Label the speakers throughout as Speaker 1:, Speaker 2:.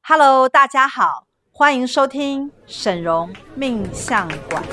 Speaker 1: Hello，大家好，欢迎收听沈荣命相馆。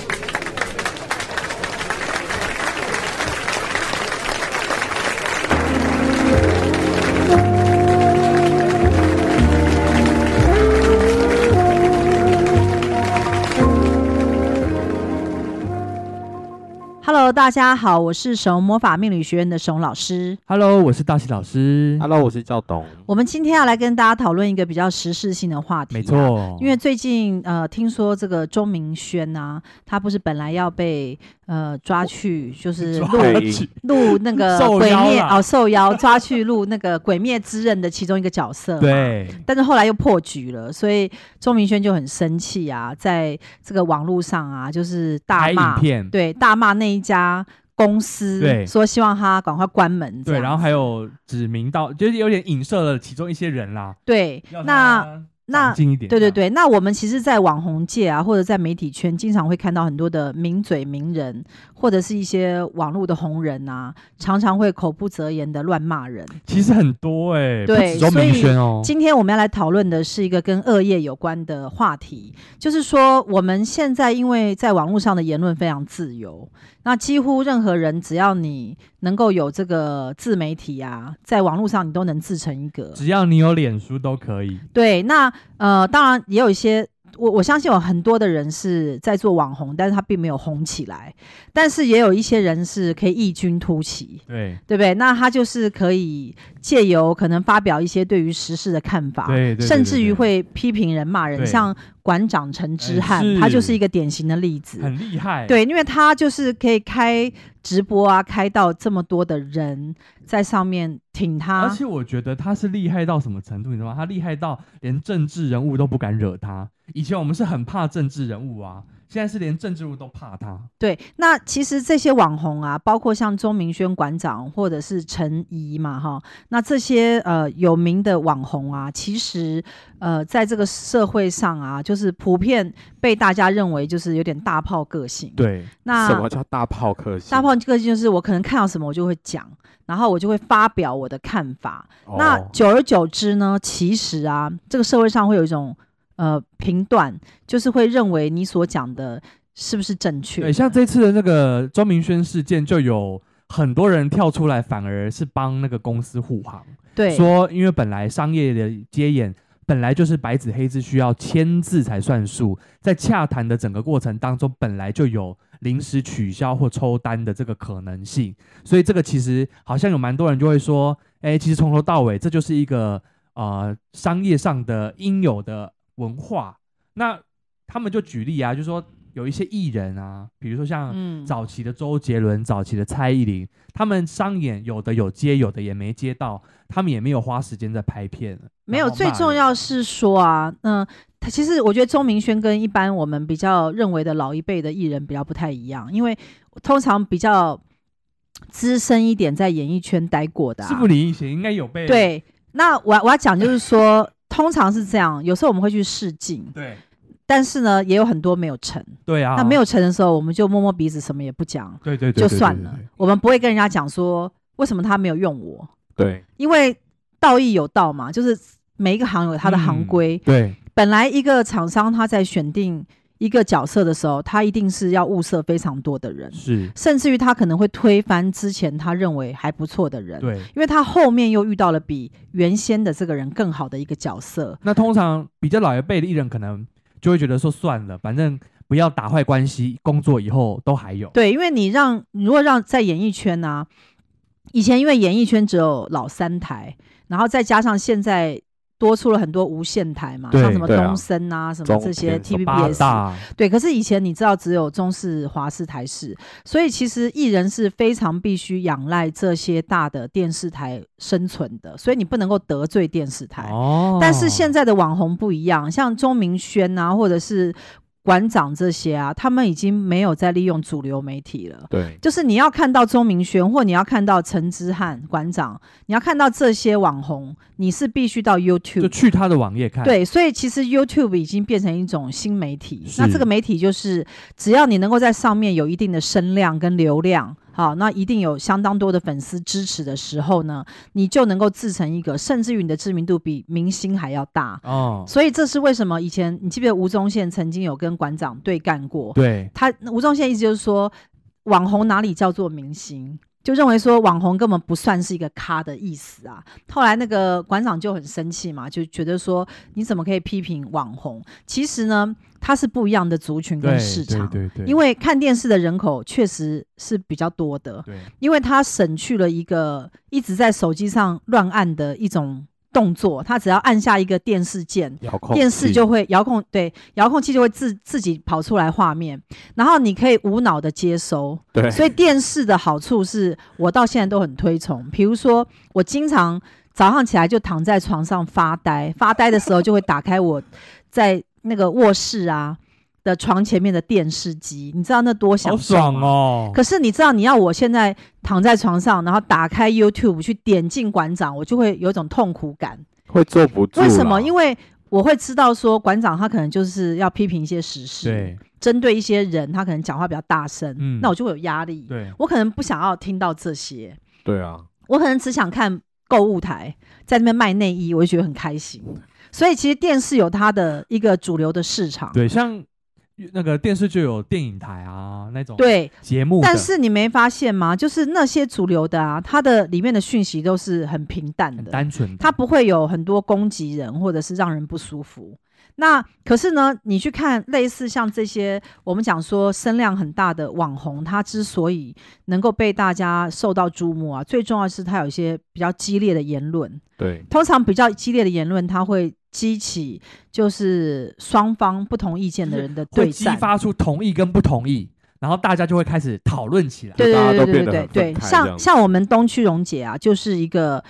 Speaker 1: Hello，大家好，我是沈荣魔法命理学院的沈荣老师。
Speaker 2: Hello，我是大西老师。
Speaker 3: Hello，我是啊赵董。
Speaker 1: 我们今天要来跟大家讨论一个比较时事性的话题、
Speaker 2: 没，错，
Speaker 1: 因为最近呃，听说这个钟明轩呐、他不是本来要被呃抓去，就是录
Speaker 3: 对
Speaker 1: 录那个
Speaker 2: 受
Speaker 1: 鬼
Speaker 2: 邀
Speaker 1: 灭
Speaker 2: 啦
Speaker 1: 哦受邀抓去录那个《鬼灭之刃》的其中一个角色，。
Speaker 2: 对
Speaker 1: 但是后来又破局了，所以钟明轩就很生气啊，在这个网络上啊，就是大
Speaker 2: 拍影
Speaker 1: 骂，
Speaker 2: 片，
Speaker 1: 对大骂那一家公司，
Speaker 2: 对
Speaker 1: 说希望他赶快关门这
Speaker 2: 对，
Speaker 1: 样，
Speaker 2: 然后还有指名到，就是有点影射了其中一些人啦。
Speaker 1: 对
Speaker 2: 要，
Speaker 1: 那
Speaker 2: 他
Speaker 1: 那
Speaker 2: 长进一点，
Speaker 1: 对对，对，那我们其实，在网红界啊，或者在媒体圈，经常会看到很多的名嘴、名人，或者是一些网络的红人啊，常常会口不择言的乱骂人。
Speaker 2: 其实很多哎，
Speaker 1: 对
Speaker 2: 不止周
Speaker 1: 所以
Speaker 2: 明轩哦，
Speaker 1: 今天我们要来讨论的是一个跟恶业有关的话题，就是说我们现在因为在网络上的言论非常自由，那几乎任何人只要你能够有这个自媒体啊，在网络上你都能自成一格。
Speaker 2: 只要你有脸书都可以，
Speaker 1: 对，那呃，当然也有一些，我我相信有很多的人是在做网红，但是他并没有红起来，但是也有一些人是可以异军突起，
Speaker 2: 对
Speaker 1: 对不对？那他就是可以借由可能发表一些对于时事的看法。
Speaker 2: 对对，
Speaker 1: 甚
Speaker 2: 对
Speaker 1: 至于。会批评人、骂人，
Speaker 2: 对
Speaker 1: 像馆长陈之
Speaker 2: 哎
Speaker 1: 汉，他就是是一个典型的例
Speaker 2: 对
Speaker 1: 子。
Speaker 2: 很厉害，，
Speaker 1: 对，啊因为他就是可以开直播啊，开到这么多的人在上面挺他，
Speaker 2: 而且我觉得他是厉害到什么程度，你知道吗？他厉害到连政治人物都不敢惹他。以前我们是很怕政治人物啊，现在是连政治人物都怕他。
Speaker 1: 对，那其实这些网红啊，包括像钟明轩馆长或者是陈怡嘛，哈，那这些呃有名的网红啊，其实呃在这个社会上啊，就是普遍被大家认为就是有点大炮个性。，
Speaker 2: 对，
Speaker 3: 什
Speaker 1: 那
Speaker 3: 么叫大炮客星？
Speaker 1: 大炮个性就是我可能看到什么我就会讲，然后我就会发表我的看法。
Speaker 3: 哦
Speaker 1: 那久而久之呢，其实啊，这个社会上会有一种呃评断，就是会认为你所讲的是不是正确
Speaker 2: 对，
Speaker 1: 的。
Speaker 2: 像这次的那个周明轩事件，就有很多人跳出来，反而是帮那个公司护航，
Speaker 1: 对，
Speaker 2: 说因为本来商业的接演本来就是白纸黑字需要签字才算数，在洽谈的整个过程当中，本来就有临时取消或抽单的这个可能性，所以这个其实好像有蛮多人就会说，哎，其实从头到尾这就是一个呃商业上的应有的文化。那他们就举例啊，就说有一些艺人啊，比如说像
Speaker 1: 嗯
Speaker 2: 早期的周杰伦、早期的蔡依林，他们商演有的有接，有的也没接到，他们也没有花时间在拍片。
Speaker 1: 没有，
Speaker 2: 然后
Speaker 1: 最
Speaker 2: 骂
Speaker 1: 重
Speaker 2: 人
Speaker 1: 要是说啊，嗯、他其实我觉得钟明轩跟一般我们比较认为的老一辈的艺人比较不太一样，因为通常比较资深一点，在演艺圈待过的、啊，
Speaker 2: 是不林以前应该有被
Speaker 1: 对。那我我要讲就是说，通常是这样，有时候我们会去试镜，
Speaker 2: 对
Speaker 1: 但是呢，也有很多没有成。
Speaker 2: 对啊，
Speaker 1: 那没有成的时候，我们就摸摸鼻子，什么也不讲，
Speaker 2: 对对对
Speaker 1: 就
Speaker 2: 对
Speaker 1: 算
Speaker 2: 对
Speaker 1: 了
Speaker 2: 对。
Speaker 1: 我们不会跟人家讲说为什么他没有用我，
Speaker 3: 对
Speaker 1: 因为道义有道嘛，就是每一个行有它的行
Speaker 2: 嗯
Speaker 1: 规。
Speaker 2: 对
Speaker 1: 本来一个厂商他在选定一个角色的时候，他一定是要物色非常多的人，
Speaker 2: 是，
Speaker 1: 甚至于他可能会推翻之前他认为还不错的人，
Speaker 2: 对。
Speaker 1: 因为他后面又遇到了比原先的这个人更好的一个角色。
Speaker 2: 那通常比较老一辈的艺人，可能就会觉得说算了，反正不要打坏关系，工作以后都还有。
Speaker 1: 对，因为你让你如果让在演艺圈呢、以前因为演艺圈只有老三台，然后再加上现在多出了很多无线台嘛，
Speaker 2: 对
Speaker 1: 像什么
Speaker 3: 对啊
Speaker 1: 东森啊，什么
Speaker 3: 中
Speaker 1: 这些
Speaker 3: 天什么
Speaker 2: 八
Speaker 1: TVBS
Speaker 2: 大
Speaker 1: 对，可是以前你知道只有中式、华式、台式，所以其实艺人是非常必须仰赖这些大的电视台生存的，所以你不能够得罪电视台。
Speaker 2: 哦，
Speaker 1: 但是现在的网红不一样，像钟明轩啊，或者是馆长这些啊，他们已经没有在利用主流媒体了。
Speaker 3: 对
Speaker 1: 就是你要看到钟明轩，或你要看到陈之汉馆长，你要看到这些网红，你是必须到 YouTube
Speaker 2: 就去他的网页看，，
Speaker 1: 对，所以其实 YouTube 已经变成一种新媒体。那
Speaker 2: 是
Speaker 1: 这个媒体就是，只要你能够在上面有一定的声量跟流量，好，那一定有相当多的粉丝支持的时候呢，你就能够自成一格，甚至于你的知名度比明星还要大。
Speaker 2: 哦，
Speaker 1: 所以这是为什么以前你记不记得吴宗宪曾经有跟馆长对干过？
Speaker 2: 对，
Speaker 1: 他吴宗宪意思就是说，网红哪里叫做明星？就认为说网红根本不算是一个咖的意思啊。后来那个馆长就很生气嘛，就觉得说你怎么可以批评网红？其实呢，它是不一样的族群
Speaker 2: 对，
Speaker 1: 跟市场，
Speaker 2: 对对对，
Speaker 1: 因为看电视的人口确实是比较多的，
Speaker 2: 对
Speaker 1: 因为他省去了一个一直在手机上乱按的一种动作，他只要按下一个电视键，
Speaker 3: 遥控
Speaker 1: 电视
Speaker 3: 器
Speaker 1: 就会遥控，对，遥控器就会自自己跑出来画面，然后你可以无脑的接收。
Speaker 3: 对，
Speaker 1: 所以电视的好处是我到现在都很推崇，比如说我经常早上起来就躺在床上发呆，发呆的时候就会打开我在那个卧室啊的床前面的电视机，你知道那多享
Speaker 2: 好
Speaker 1: 受
Speaker 2: 爽
Speaker 1: 吗
Speaker 2: 哦，
Speaker 1: 可是你知道，你要我现在躺在床上，然后打开 YouTube 去点进馆长，我就会有一种痛苦感。
Speaker 3: 会坐不住啦。
Speaker 1: 为什么？因
Speaker 3: 为
Speaker 1: 为我会知道说，馆长他可能就是要批评一些时事，
Speaker 2: 对
Speaker 1: 针对一些人，他可能讲话比较大声，
Speaker 2: 嗯
Speaker 1: 那我就会有压力。
Speaker 2: 对，
Speaker 1: 我可能不想要听到这些，
Speaker 3: 对啊，
Speaker 1: 我可能只想看购物台在那边卖内衣，我就觉得很开心。所以其实电视有它的一个主流的市场，
Speaker 2: 对，像那个电视就有电影台啊那种
Speaker 1: 对
Speaker 2: 节目的，
Speaker 1: 但是你没发现吗？就是那些主流的啊，它的里面的讯息都是很平淡
Speaker 2: 很
Speaker 1: 的，
Speaker 2: 单纯的，
Speaker 1: 它不会有很多攻击人或者是让人不舒服。那可是呢，你去看类似像这些我们讲说声量很大的网红，他之所以能够被大家受到注目啊，最重要的是他有一些比较激烈的言论。
Speaker 3: 对
Speaker 1: 通常比较激烈的言论，它会激起就是双方不同意见的人的
Speaker 2: 会
Speaker 1: 对
Speaker 2: 激
Speaker 1: 战。
Speaker 2: 发出同意跟不同意，然后大家就会开始讨论起来。
Speaker 1: 对
Speaker 3: 就大
Speaker 1: 对
Speaker 3: 家都
Speaker 1: 对
Speaker 3: 变得
Speaker 1: 对
Speaker 3: 很
Speaker 1: 对
Speaker 3: 愤慨这
Speaker 1: 像
Speaker 3: 样子
Speaker 1: 像我们东区荣姐啊，就是一个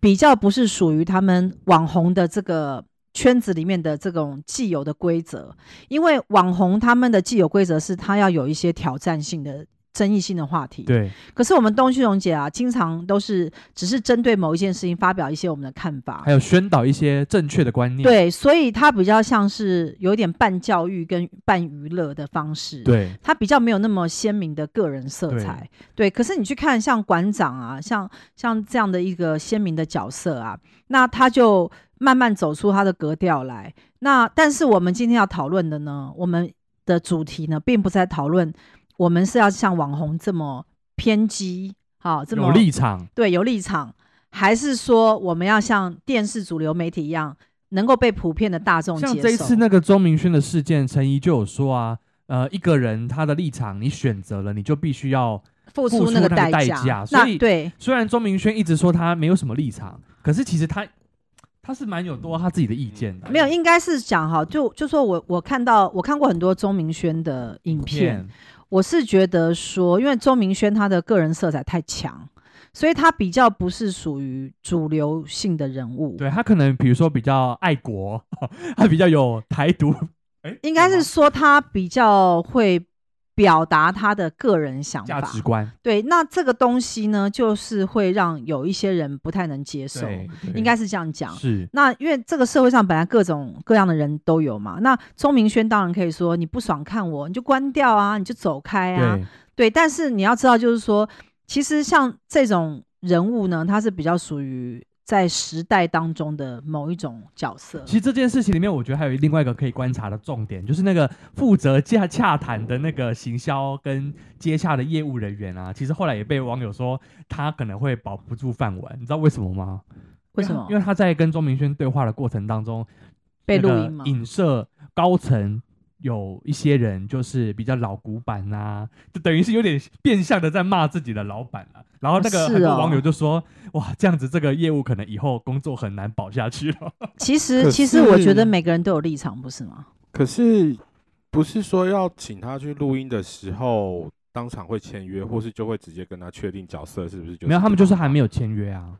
Speaker 1: 比较不是属于他们网红的这个圈子里面的这种既有的规则，因为网红他们的既有规则是他要有一些挑战性的。争议性的话题，
Speaker 2: 对
Speaker 1: 可是我们东区荣姐啊，经常都是只是针对某一件事情发表一些我们的看法
Speaker 2: 还，有宣导一些正确的观念。
Speaker 1: 对，所以她比较像是有点半教育跟半娱乐的方式，
Speaker 2: 对
Speaker 1: 它比较没有那么鲜明的个人色彩，对。可是你去看像馆长啊，像像这样的一个鲜明的角色啊，那他就慢慢走出他的格调来。那但是我们今天要讨论的呢，我们的主题呢，并不是在讨论我们是要像网红这么偏激，好、这么
Speaker 2: 有立场，
Speaker 1: 对有立场，还是说我们要像电视主流媒体一样，能够被普遍的大众接
Speaker 2: 像
Speaker 1: 受？
Speaker 2: 这一次那个周明轩的事件，陈怡就有说啊，呃，一个人他的立场你选择了，你就必须要。
Speaker 1: 付
Speaker 2: 付
Speaker 1: 出
Speaker 2: 出
Speaker 1: 那个
Speaker 2: 那个代
Speaker 1: 价，
Speaker 2: 价所
Speaker 1: 那
Speaker 2: 以
Speaker 1: 对。
Speaker 2: 虽然周明轩一直说他没有什么立场，可是其实他他是蛮有多他自己的意见的。
Speaker 1: 没有，应该是讲哈，就就说我我看到我看过很多钟明轩的影片，
Speaker 2: 片
Speaker 1: 我是觉得说，因为钟明轩他的个人色彩太强，所以他比较不是属于主流性的人物，
Speaker 2: 对他可能比如说比较爱国， 他比较有台独，哎，
Speaker 1: 应该
Speaker 2: 有
Speaker 1: 是
Speaker 2: 吗
Speaker 1: 说他比较会表达他的个人想
Speaker 2: 价
Speaker 1: 法。
Speaker 2: 值观，
Speaker 1: 对，那这个东西呢，就是会让有一些人不太能接受，
Speaker 2: 对，
Speaker 1: 应该是这样讲。
Speaker 2: 是
Speaker 1: 那因为这个社会上本来各种各样的人都有嘛，那钟明轩当然可以说你不爽看我，你就关掉啊，你就走开啊，
Speaker 2: 对
Speaker 1: 对。但是你要知道，就是说，其实像这种人物呢，他是比较属于在时代当中的某一种角色
Speaker 2: 其。实这件事情里面，我觉得还有另外一个可以观察的重点，就是那个负责洽洽谈的那个行销跟接洽的业务人员啊，其实后来也被网友说他可能会保不住饭碗，你知道为什么吗？
Speaker 1: 为什
Speaker 2: 因
Speaker 1: 么
Speaker 2: 他因为他在跟钟明轩对话的过程当中
Speaker 1: 被
Speaker 2: 那
Speaker 1: 录
Speaker 2: 个
Speaker 1: 音吗？
Speaker 2: 影射高层。有一些人就是比较老古板呐、就等于是有点变相的在骂自己的老板啊。然后那个
Speaker 1: 哦是
Speaker 2: 很多
Speaker 1: 哦
Speaker 2: 网友就说：“哇，这样子这个业务可能以后工作很难保下去了。”
Speaker 1: 其实，
Speaker 3: 可
Speaker 1: 其实我觉
Speaker 3: 是
Speaker 1: 得每个人都有立场，不是吗？
Speaker 3: 可是不是说要请他去录音的时候当场会签约，或是就会直接跟他确定角色是不是就
Speaker 2: 没有，他们就是还没
Speaker 3: 有
Speaker 2: 有签约啊。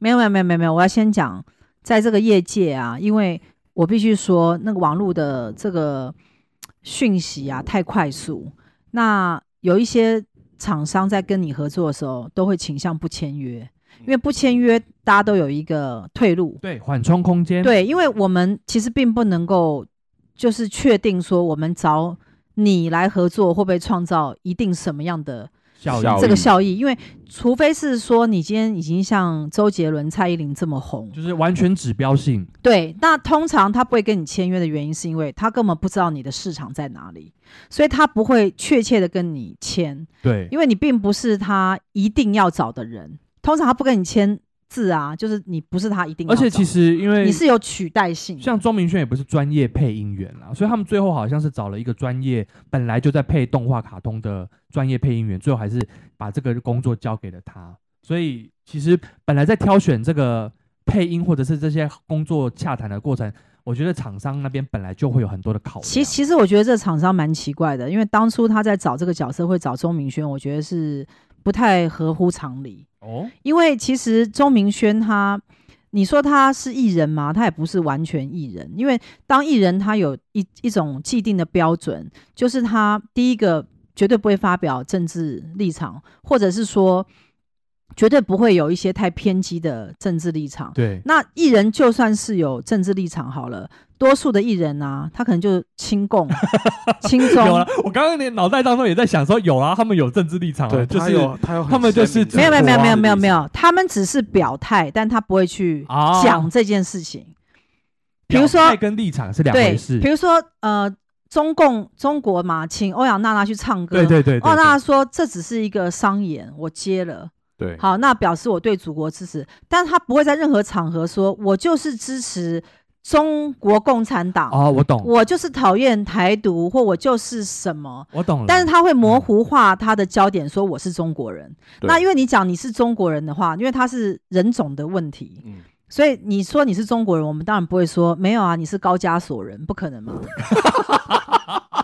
Speaker 1: 没有没有没有没有没有，我要先讲，在这个业界啊，因为我必须说，那个网络的这个讯息啊太快速，那有一些厂商在跟你合作的时候，都会倾向不签约，因为不签约，大家都有一个退路。
Speaker 2: 对，缓冲空间。，
Speaker 1: 对，因为我们其实并不能够就是确定说我们找你来合作会不会创造一定什么样的
Speaker 2: 效
Speaker 3: 效
Speaker 2: 益
Speaker 1: 这个
Speaker 3: 益
Speaker 1: 效益，因为除非是说你今天已经像周杰伦、蔡依林这么红，
Speaker 2: 就是完全指标性，
Speaker 1: 对，那通常他不会跟你签约的原因，是因为他根本不知道你的市场在哪里，所以他不会确切的跟你签，
Speaker 2: 对，
Speaker 1: 因为你并不是他一定要找的人。通常他不跟你签字啊，就是你不是他一定要
Speaker 2: 而
Speaker 1: 找的。
Speaker 2: 且其实因为
Speaker 1: 你是有取代性的，
Speaker 2: 像钟明轩也不是专业配音员啦，所以他们最后好像是找了一个专业本来就在配动画卡通的专业配音员，最后还是把这个工作交给了他。所以其实本来在挑选这个配音或者是这些工作洽谈的过程，我觉得厂商那边本来就会有很多的考量。
Speaker 1: 其其实我觉得这厂商蛮奇怪的，因为当初他在找这个角色会找钟明轩，我觉得是不太合乎常理。
Speaker 2: 哦，
Speaker 1: 因为其实钟明轩他，你说他是艺人吗？他也不是完全艺人，因为当艺人他有一一种既定的标准，就是他第一个绝对不会发表政治立场，或者是说绝对不会有一些太偏激的政治立场。
Speaker 2: 对，
Speaker 1: 那艺人就算是有政治立场好了，多数的艺人啊，他可能就亲共、亲
Speaker 2: 有
Speaker 1: 中
Speaker 2: 了。。我刚刚你脑袋当中也在想说，有啊，他们有政治立场、啊，
Speaker 3: 对，
Speaker 2: 就
Speaker 3: 他
Speaker 2: 是
Speaker 3: 有他有很
Speaker 2: 他们就是
Speaker 3: 鲜明的
Speaker 1: 没有没有没有没有没有没
Speaker 3: 立场
Speaker 1: 有，他们只是表态，但他不会去
Speaker 2: 啊
Speaker 1: 讲这件事情。比如
Speaker 2: 表
Speaker 1: 说
Speaker 2: 态，跟立场是两
Speaker 1: 对
Speaker 2: 回，事
Speaker 1: 比。如说呃，中共中国嘛，请欧阳娜娜去唱歌。
Speaker 2: 对对对对，
Speaker 1: 欧阳娜
Speaker 2: 对
Speaker 1: 娜说这只是一个商演，我接了。
Speaker 3: 对，
Speaker 1: 好，那表示我对祖国支持，但他不会在任何场合说我就是支持中国共产党。
Speaker 2: 哦，我懂，
Speaker 1: 我就是讨厌台独，或我就是什么。
Speaker 2: 我懂了。
Speaker 1: 但是他会模糊化他的焦点，说我是中国人。
Speaker 3: 对
Speaker 1: 那因为你讲你是中国人的话，因为他是人种的问题，
Speaker 3: 嗯，
Speaker 1: 所以你说你是中国人，我们当然不会说没有啊，你是高加索人，不可 能嘛。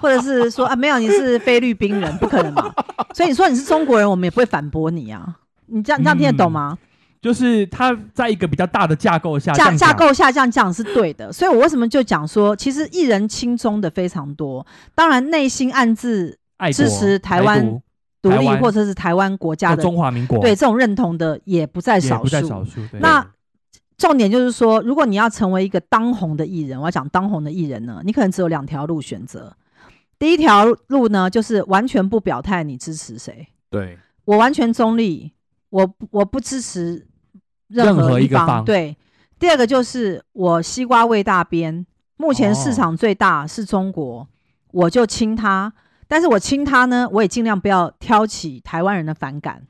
Speaker 1: 或者是说啊，没有，你是菲律宾人，不可能嘛。所以你说你是中国人，我们也不会反驳你啊。你
Speaker 2: 嗯
Speaker 1: 这样你这样听得懂吗？
Speaker 2: 就是它在一个比较大的架构啊下，这
Speaker 1: 架
Speaker 2: 样
Speaker 1: 架
Speaker 2: 讲
Speaker 1: 构下这样讲是对的，所以我为什么就讲说，其实艺人亲中的非常多，当然内心暗自
Speaker 2: 爱国
Speaker 1: 支持台
Speaker 2: 台
Speaker 1: 湾
Speaker 2: 独
Speaker 1: 独
Speaker 2: 台
Speaker 1: 立
Speaker 2: 湾
Speaker 1: 或者是台湾国家
Speaker 2: 或
Speaker 1: 的
Speaker 2: 中华民国，
Speaker 1: 对这种认同的也不在
Speaker 2: 也
Speaker 1: 少
Speaker 2: 不在少
Speaker 1: 数。
Speaker 2: 数。对
Speaker 1: 那重点就是说，如果你要成为一个当红的艺人，我要讲当红的艺人呢，你可能只有两条路选择。第一条路呢，就是完全不表态你支持谁，
Speaker 3: 对，
Speaker 1: 我完全中立，我不我不支持
Speaker 2: 任
Speaker 1: 任
Speaker 2: 何
Speaker 1: 何
Speaker 2: 一个
Speaker 1: 方。
Speaker 2: 方
Speaker 1: 对，第二个就是我西瓜味大边，目前
Speaker 2: 哦
Speaker 1: 市场最大是中国，我就亲它。但是我亲它呢，我也尽量不要挑起台湾人的反感。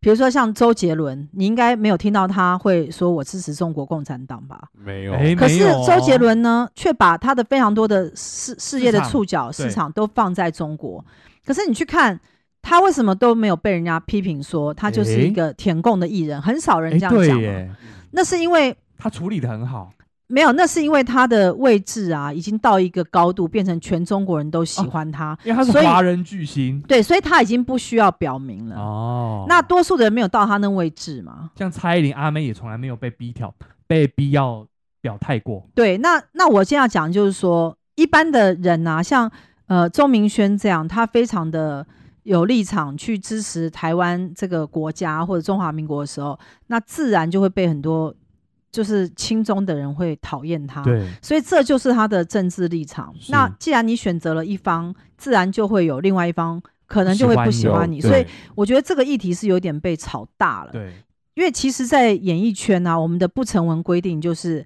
Speaker 1: 比如说像周杰伦，你应该没有听到他会说我支持中国共产党吧？
Speaker 3: 没有，
Speaker 2: 哎，
Speaker 1: 可是
Speaker 2: 没有哦
Speaker 1: 周杰伦呢，却把他的非常多的事事业的
Speaker 2: 市场
Speaker 1: 触角
Speaker 2: 对
Speaker 1: 市场都放在中国。可是你去看他为什么都没有被人家批评说他就是
Speaker 2: 诶
Speaker 1: 一个舔共的艺人，很少人
Speaker 2: 哎，
Speaker 1: 这样讲
Speaker 2: 对
Speaker 1: 嘛。
Speaker 2: 耶，
Speaker 1: 那是因为
Speaker 2: 他处理的很好，
Speaker 1: 没有，那是因为他的位置啊，已经到一个高度，变成全中国人都喜欢他。
Speaker 2: 因为他是
Speaker 1: 所以
Speaker 2: 华人巨星
Speaker 1: 对，所以他已经不需要表明了。
Speaker 2: 哦。
Speaker 1: 嗯那多数的人没有到他那位置嘛？
Speaker 2: 像蔡依林、阿妹也从来没有被逼挑，被逼要表态过。
Speaker 1: 对，那那我现在讲就是说，一般的人啊，像呃钟明轩这样，他非常的有立场去支持台湾这个国家或者中华民国的时候，那自然就会被很多就是亲中的人会讨厌他。
Speaker 2: 对，
Speaker 1: 所以这就是他的政治立场。
Speaker 2: 是
Speaker 1: 那既然你选择了一方，自然就会有另外一方可能就会不喜欢你。哦
Speaker 2: 喜
Speaker 1: 所
Speaker 2: 欢
Speaker 1: 以我觉得这个议题是有点被炒大了。
Speaker 2: 对，
Speaker 1: 因为其实，在演艺圈啊，我们的不成文规定就是，